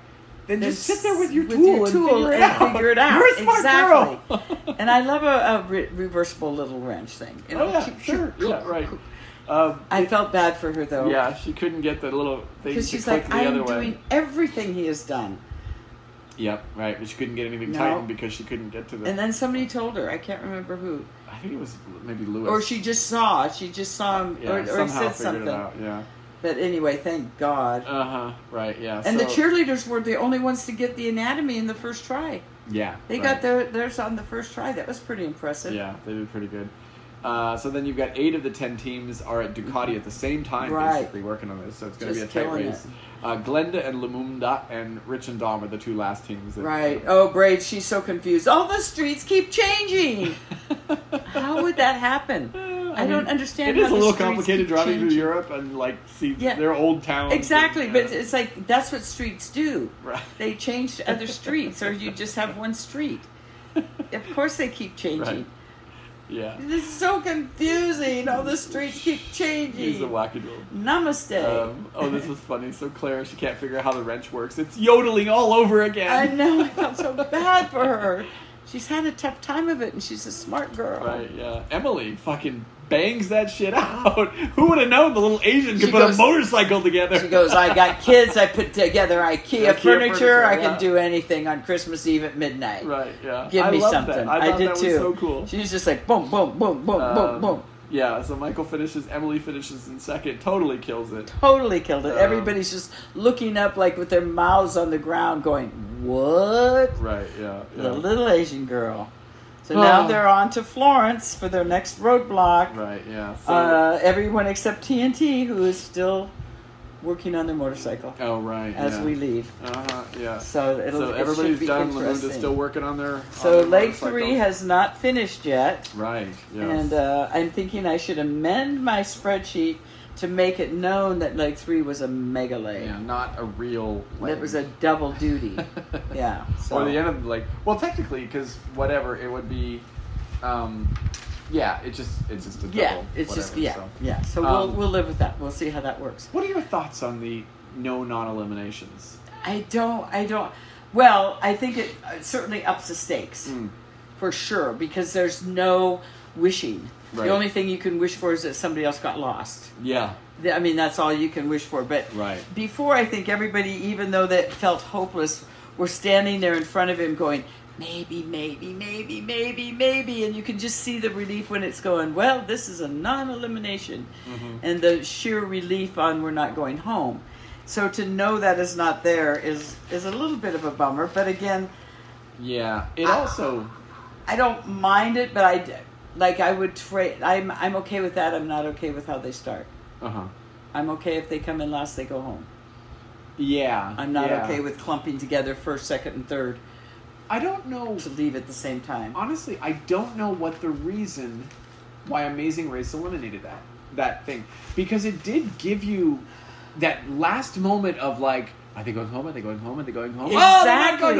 then, Then just sit there with s- your with tool, your and, tool figure it and out. figure it *laughs* out. You're a smart girl. *laughs* Exactly. *laughs* and I love a, a re- reversible little wrench thing. You know, oh yeah, keep- sure. keep- Yeah, right. Um, I felt bad for her though. yeah, she couldn't get the little thing to Because she's click like, the I other way. am doing everything he has done. Yep, right. But she couldn't get anything No. tightened because she couldn't get to the. And then somebody told her, I can't remember who. I think it was maybe Lewis. Or she just saw. She just saw him, yeah, or, or he somehow figured said something. it out. Yeah. But anyway, thank God. Uh huh. Right. Yeah. and the so- cheerleaders were the only ones to get the anatomy in the first try. Yeah. They right. got their, theirs on the first try. That was pretty impressive. Yeah, they did pretty good. Uh, so then you've got eight of the ten teams are at Ducati at the same time, Right. basically working on this. So it's going to be a Just tight killing race. it. Uh, Glenda and Lumumda and Rich and Dom are the two last teams. that- Right. Oh, Braid, she's so confused. All the streets keep changing. *laughs* How would that happen? Oh. I, don't understand. It is how a the little streets complicated keep driving through changing. Europe and like see Yeah. their old towns. Exactly, and, but yeah. it's like that's what streets do. *laughs* Right. They change to other streets, or you just have one street. Of course, they keep changing. yeah, This is so confusing. All the streets keep he's a changing. wackadoodle. Namaste. Um, oh, this was funny. So Claire, she can't figure out how the wrench works. It's yodeling all over again. *laughs* I know. I felt so bad for her. She's had a tough time of it, and she's a smart girl. Right, yeah. Emily fucking bangs that shit *laughs* out. Who would have known the little Asian could She put goes- a motorcycle together? She goes, I got kids. I put together IKEA, IKEA furniture. furniture, I yeah. can do anything on Christmas Eve at *laughs* midnight. Right, yeah. Give I me loved something. That. I, thought did that too. was so cool. She's just like boom, boom, boom, boom, Um, boom, boom. Yeah, so Michael finishes, Emily finishes in second, totally kills it. totally killed it. Um, Everybody's just looking up, like with their mouths on the ground, going, "What?" Right, yeah. yeah. The little Asian girl. So Oh. now they're on to Florence for their next roadblock. Right, yeah. So, Uh, everyone except TNT, who is still working on their motorcycle oh, right. as yeah. we leave. Uh-huh, yeah. So it'll. So it should everybody's be done. Lamunda's interesting. still working on their. on So their leg three motorcycles. has not finished yet. Right, yeah. And uh, I'm thinking I should amend my spreadsheet to make it known that leg three was a mega leg. yeah, not a real. It leg. was a double *laughs* duty. yeah. So. Or the end of like, well, technically, because whatever it would be, um, yeah, it just it's just a double. Yeah, it's just whatever, yeah, so. yeah. So Um, we'll we'll live with that. We'll see how that works. What are your thoughts on the no non-eliminations? Mm. Hmm. I don't. I don't. Well, I think it uh, certainly ups the stakes for sure because there's no wishing. Right. The only thing you can wish for is that somebody else got lost. Yeah. Th- I mean, that's all you can wish for. But Right. before, I think everybody, even though that felt hopeless, were standing there in front of him going, maybe, maybe, maybe, maybe, maybe. And you can just see the relief when it's going, well, this is a non elimination. Mm-hmm. And the sheer relief on we're not going home. So to know that is not there is, is a little bit of a bummer. But again, Yeah. It Ah. also. I don't mind it, but I d- like I would trade. I'm I'm okay with that. I'm not okay with how they start. Uh huh. I'm okay if they come in last, they go home. Yeah. I'm not yeah. okay with clumping together first, second, and third I don't know. to leave at the same time. Honestly, I don't know what the reason why Amazing Race eliminated that that thing because it did give you that last moment of like. Are they going home? Are they going home? Are they going home? Oh, they're not going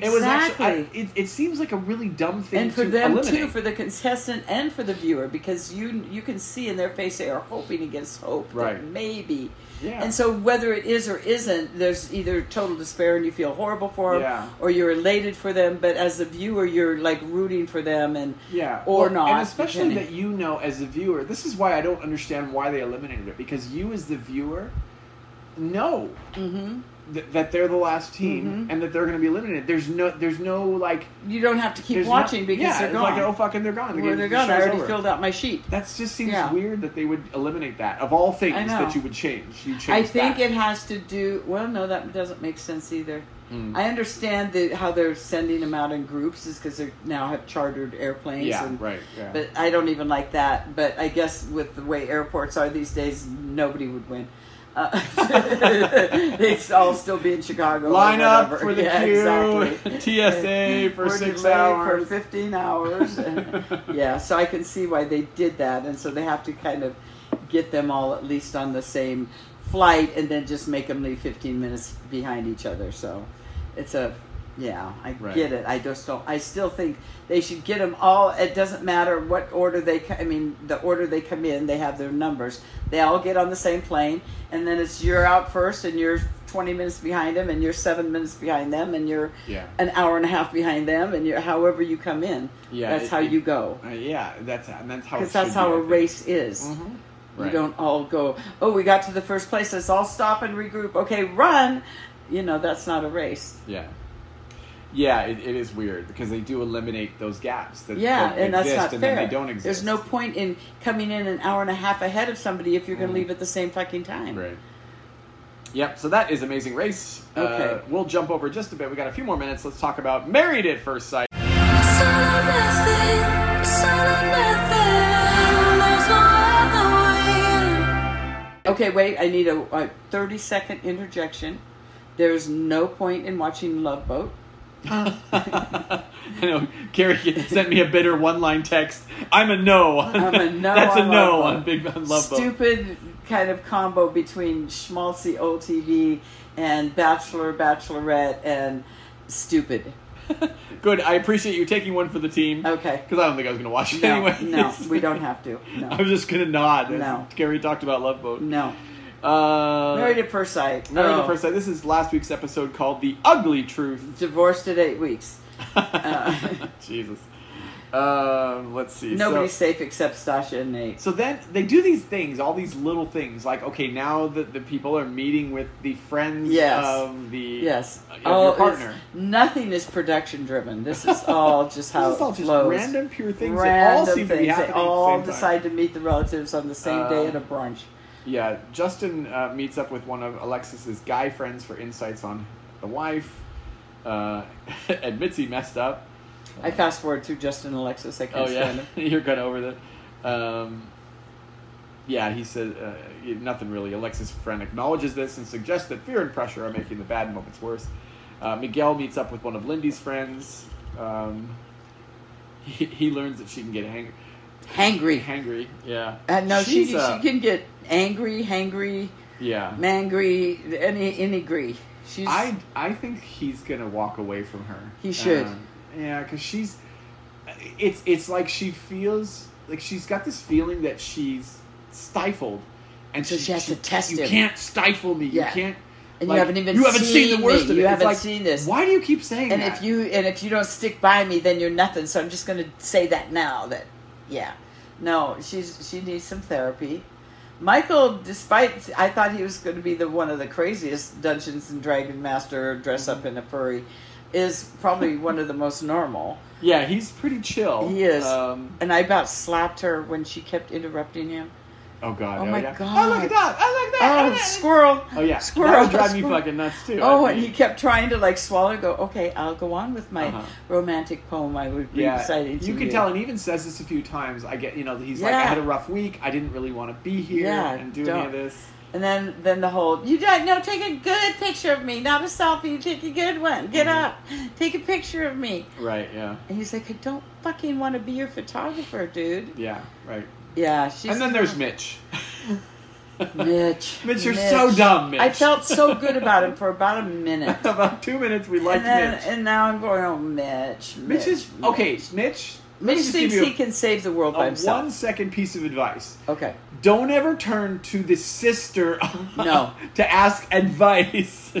home. It was actually. I, Exactly. it, it seems like a really dumb thing And for to them eliminate. too, for the contestant and for the viewer, because you you can see in their face they are hoping against hope, that Right. Maybe. Yeah. And so whether it is or isn't, there's either total despair and you feel horrible for them, Yeah. or you're elated for them. But as the viewer, you're like rooting for them, and Yeah. or Well, not, And especially that depending. you know as a viewer, this is why I don't understand why they eliminated it because you as the viewer know Mhm. th- that they're the last team Mm-hmm. and that they're going to be eliminated. There's no there's no like you don't have to keep there's no- watching because yeah, they're it's gone. like oh fucking they're gone. The Where game- they're the gone, I show's already over. filled out my sheet. That just seems Yeah. weird that they would eliminate that. Of all things I know. that you would change, you change I think that. it has to do. Well, no, that doesn't make sense either. Mm. I understand that how they're sending them out in groups is because they now have chartered airplanes. Yeah, and, right. Yeah. But I don't even like that. But I guess with the way airports are these days, nobody would win. Uh, *laughs* they'd all still be in Chicago. or Line up whatever. for the yeah, queue. Exactly. *laughs* TSA for We're six delayed hours. For *laughs* 15 hours. yeah, so I can see why they did that. And so they have to kind of get them all at least on the same flight and then just make them leave 15 minutes behind each other. So it's a, yeah, I Right. get it. I just don't, I still think they should get them all. It doesn't matter what order they, co- I mean, the order they come in, they have their numbers. They all get on the same plane and then it's you're out first and you're 20 minutes behind them and you're seven minutes behind them and you're Yeah. an hour and a half behind them, and you're, however you come in, Yeah, that's it- how it- you go. Uh, yeah, that's and that's how. it Because that's should how be, I a think. Mm-hmm. race is. Right. You don't all go, oh, we got to the first place, let's all stop and regroup. Okay, run. You know, that's not a race. Yeah. Yeah, it, it is weird because they do eliminate those gaps that Yeah, that and that's exist not and fair. then they don't exist. There's no point in coming in an hour and a half ahead of somebody if you're going to leave at the same fucking time. Mm-hmm. right. Yep. So that is amazing race. Uh, Okay. we'll jump over just a bit. We got a few more minutes. Let's talk about married at first sight. It's all or nothing, it's all or nothing. There's no other way. Okay, wait, I need a, a 30 second interjection. There's no point in watching Love Boat. *laughs* I know Gary sent me a bitter one-line text. I'm a no. *laughs* I'm a no That's a on no Love on Boat. Big on Love Boat. stupid kind of combo between schmaltzy old TV and Bachelor, Bachelorette, and stupid. *laughs* Good. I appreciate you taking one for the team. Okay. Because I don't think I was going to watch it No, anyway. no, *laughs* we don't have to. I was No, just going to nod. as No. Gary talked about Love Boat. no. Uh, Married at first sight. Married at Oh. First Sight. This is last week's episode called "The Ugly Truth." Divorced at eight weeks. Uh. *laughs* Jesus. Um, let's see. Nobody's So, safe except Stasha and Nate. so then they do these things, all these little things, like okay, now that the people are meeting with the friends Yes. of the Yes. of Oh, uh, your it's- partner. nothing is production driven. *laughs* This is all just how this is all it just flows. random, pure things that Random all seem to be things. happening. They all at the same time. decide to meet the relatives on the same day Uh, at a brunch. Yeah, Justin uh, meets up with one of Alexis's guy friends for insights on the wife. Uh, *laughs* admits he messed up. I fast forward through Justin and Alexis. I can't uh, Oh stand yeah, *laughs* them. you're kind of over that. Um, yeah, he said uh, nothing really. Alexis' friend acknowledges this and suggests that fear and pressure are making the bad moments worse. Uh, Miguel meets up with one of Lindy's friends. Um, he, he learns that she can get hang- Hangry. hangry. Yeah, Uh, no, she, She's a- she can get angry, hangry, yeah. mangry, any any gree. She's I I think he's gonna walk away from her. He should. Um, yeah, because she's. It's it's like she feels like she's got this feeling that she's stifled, and So she has to test You him. can't stifle me. Yeah. You can't. And Like, you haven't even you haven't seen, the worst me. of it. You It's haven't like, seen this. Why do you keep saying And that? if you and if you don't stick by me, then you're nothing. So I'm just going to say that now. That yeah, no, she's she needs some therapy. Michael, despite I thought he was going to be the one of the craziest Dungeons and Dragon master dress up in a furry, is *laughs* probably one of the most normal. yeah, he's pretty chill. He is, Um, and I about slapped her when she kept interrupting him. oh god. Oh yeah, my yeah. God. I like that. I like that. I Oh, like that. squirrel! *laughs* Oh yeah, squirrel! That would drive me squirrel. fucking nuts too. Oh, I'd and be- he kept trying to like swallow. and Go, okay, I'll go on with my Uh-huh. romantic poem. I would be yeah, deciding to you can tell, and he even says this a few times. I get, you know, he's like, I Yeah. had a rough week. I didn't really want to be here Yeah, and do any don't- of this. And then, then the whole you don't no take a good picture of me, not a selfie. Take a good one. Get Mm-hmm. up, take a picture of me. Right. Yeah. And he's like, I don't fucking want to be your photographer, dude. Yeah. Right. Yeah, she's. and then there's Mitch. *laughs* Mitch. Mitch, you're so dumb, Mitch. I felt so good *laughs* about him for about a minute, About two minutes, we liked and then Mitch. and now I'm going, oh, Mitch. Mitch is okay. Mitch. let me Mitch just thinks give you he can save the world a, by a himself. one-second piece of advice. Okay. Don't ever turn to the sister *laughs* No. *laughs* to ask advice.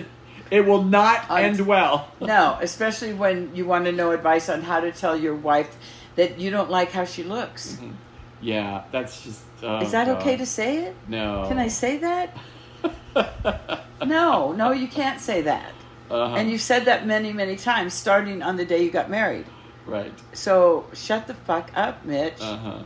It will not I'm- end well. No, especially when you want to know advice on how to tell your wife that you don't like how she looks. Yeah, that's just. Mm-hmm. oh, Is that God. okay to say it? No. Can I say *laughs* that? No, no, you can't say that. Uh-huh. And you said that many, many times, starting on the day you got married. Right. So shut the fuck up, Mitch. Uh-huh.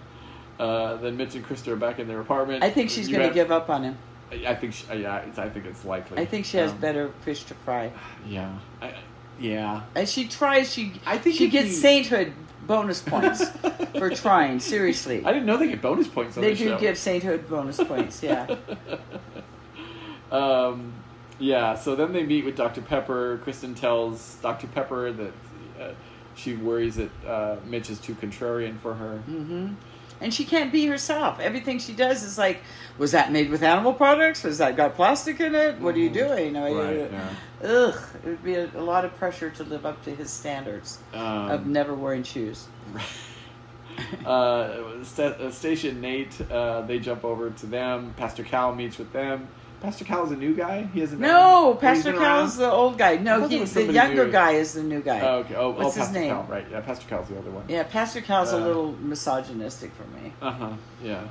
Uh Then Mitch and Krista are back in their apartment. I think she's You going to have- give up on him. I I think. She, yeah, it's, I think it's likely. I think she has Um, better fish to fry. Yeah. I, I- yeah. And she tries. She I think she if gets you- sainthood bonus *laughs* points for trying. Seriously, I didn't know they get bonus points on they this do show. give sainthood bonus points. Yeah. um, yeah, so then they meet with Dr. Pepper. Kristen tells Dr. Pepper that uh, she worries that uh, Mitch is too contrarian for her. Mm. Mm-hmm. and she can't be herself. Everything she does is like, was that made with animal products? Was that got plastic in it? What are you doing? I- Mm-hmm. uh, Right, yeah. Ugh, it would be a, a lot of pressure to live up to his standards of Um, never wearing shoes. uh, st- uh, Station Nate, uh, they jump over to them. Pastor Cal meets with them. Pastor Cal is a new guy? He hasn't been- No, he's Pastor been Cal's around? the old guy. I No, thought there he, was the somebody younger new. guy is the new guy. Oh, okay. Oh, What's oh, his Pastor name? Cal, right. Yeah, Pastor Cal's the other one. Yeah, Pastor Cal's Uh, a little misogynistic for me. Uh huh. Yeah.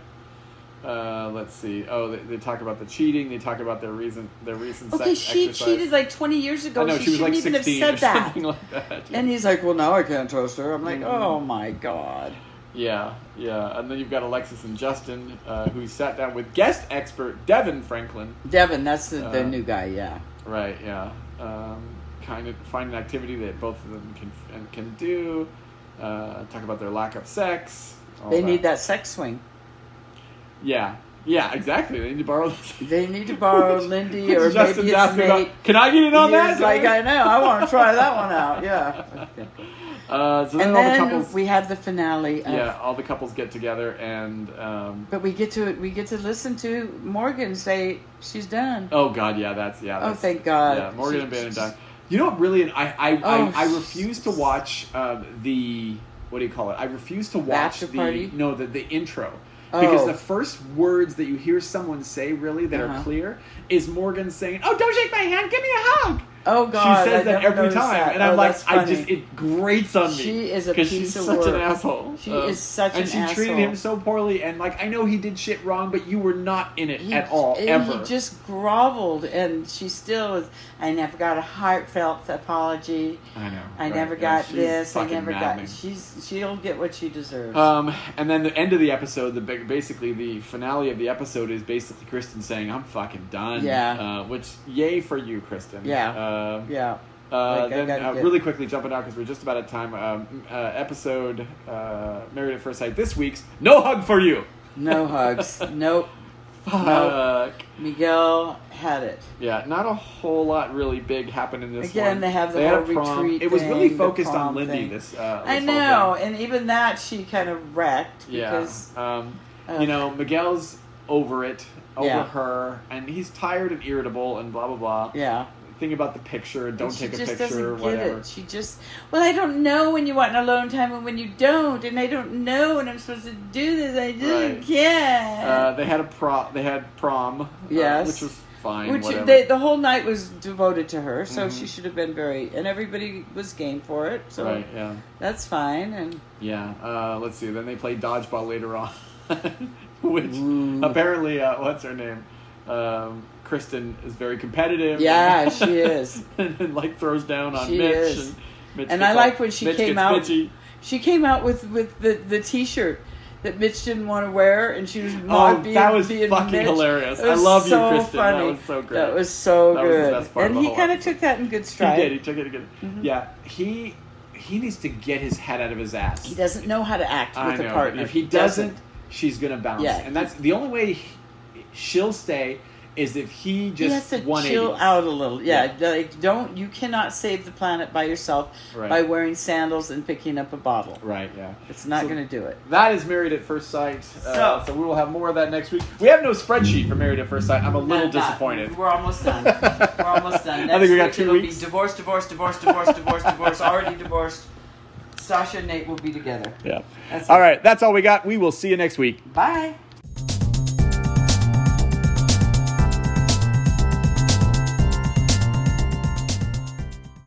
Uh, let's see. Oh, they, they talk about the cheating. They talk about their recent their recent. Okay, sex she exercise. cheated like 20 years ago. I know she, she was shouldn't like even have sixteen said or *laughs* that. something like that. *laughs* And he's like, well, now I can't trust her. I'm like, Mhm. oh my God. yeah, yeah. And then you've got Alexis and Justin, uh, who sat down with guest expert Devin Franklin. Devin, that's the, Uh, the new guy, yeah. Right. Yeah. Um, kind of find an activity that both of them can and can do. Uh, talk about their lack of sex. all They need that sex swing. Yeah. Yeah. Exactly. They need to borrow. They need to *laughs* *laughs* borrow Lindy or Justin's maybe it's asking Nate. about, can I get in on He's that? like, I know, I want to try that one out. *laughs* Yeah. Uh, so then And all then the couples, we have the finale. Of, yeah, all the couples get together and, *laughs* um, But we get to we get to listen to Morgan say she's done. oh god, yeah, that's yeah. Oh, That's, thank God. Yeah, Uh, Morgan and She- Bannon die. You know what? Really, I I, Oh, I, I refuse to watch um, the what do you call it? I refuse to watch Bachelor the party? no the the intro. Oh. Because the first words that you hear someone say, really, that Uh-huh. are clear, is Morgan saying, "Oh, don't shake my hand, give me a hug." Oh God, she says I that never every noticed time, that. and Oh, I'm like, that's I funny. just it grates on me. She is a 'cause piece she's of such an work. asshole. Uh, She is such and an she treated asshole. him so poorly, and like I know he did shit wrong, but you were not in it He- at all he ever. just groveled, and she still is. I never got a heartfelt apology. I know. I right, never yeah, got she's this. I fucking never maddening. got. She's she'll get what she deserves. Um, and then the end of the episode, the big, basically the finale of the episode is basically Kristen saying, "I'm fucking done." Yeah. Uh, which, yay for you, Kristen. Yeah. Um, yeah. Uh, Like, I then gotta uh, get- really quickly jumping out because we're just about at time. Um, uh, episode uh, Married at First Sight this week's No Hug for You. No *laughs* hugs. Nope. No. Fuck. Miguel had it. Yeah, not a whole lot really big happened in this Again, one. they have the had a whole prom. retreat It was really thing, the focused on prom Lindy. thing. This, uh, I this whole know, thing. and even that she kind of wrecked Yeah. because Um, Ugh. you know, Miguel's over it, over Yeah. her, and he's tired and irritable and blah blah blah. yeah, Thing about the picture. Don't And she take a just picture. doesn't get Whatever. it. She just well, I don't know when you want an alone time and when you don't, and I don't know when I'm supposed to do this. I just Right. can't. Uh, they had a pro. They had prom. uh, Yes. which was fine, Which whatever. Mm-hmm. they, the whole night was devoted to her, so she should have been very. And everybody was game for it, so right, yeah. that's fine. And Yeah, uh, let's see. Then they play dodgeball later on, *laughs* which apparently, uh, what's her name? Um, Kristen is very competitive. *laughs* Yeah, she is. and, then, like throws down on She Mitch. is. And, Mitch And gets I all- like when she Mitch came gets out- Mitchy. she came out with with the the T-shirt that Mitch didn't want to wear, and she was Oh, mobbed. that was being fucking Mitch. hilarious. It was I love you, so Kristen. That funny. was so great. That was so That was the good. best part of and the he whole kind of episode. took that in good He stride. did. He took it again. Mm-hmm. Yeah, he he needs to get his head out of his ass. He doesn't know how to act I with know, a but partner. If he doesn't, she's gonna bounce. Yeah. and that's the only way he- she'll stay is if he he just has to 180s. chill out a little. Yeah, Yeah. like don't you cannot save the planet by yourself Right. by wearing sandals and picking up a bottle. Right. Yeah. It's not So- going to do it. That is Married at First Sight. Uh, so, So- we will have more of that next week. We have no spreadsheet for Married at First Sight. I'm a little No, no, disappointed. We're *laughs* almost done. We're almost done. I Next think we got week two it'll weeks. Be divorce, divorce, divorce, divorce, divorce, divorce. Already divorced. Sasha and Nate will be together. Yeah. That's all it. right. That's all we got. We will see you next week. Bye.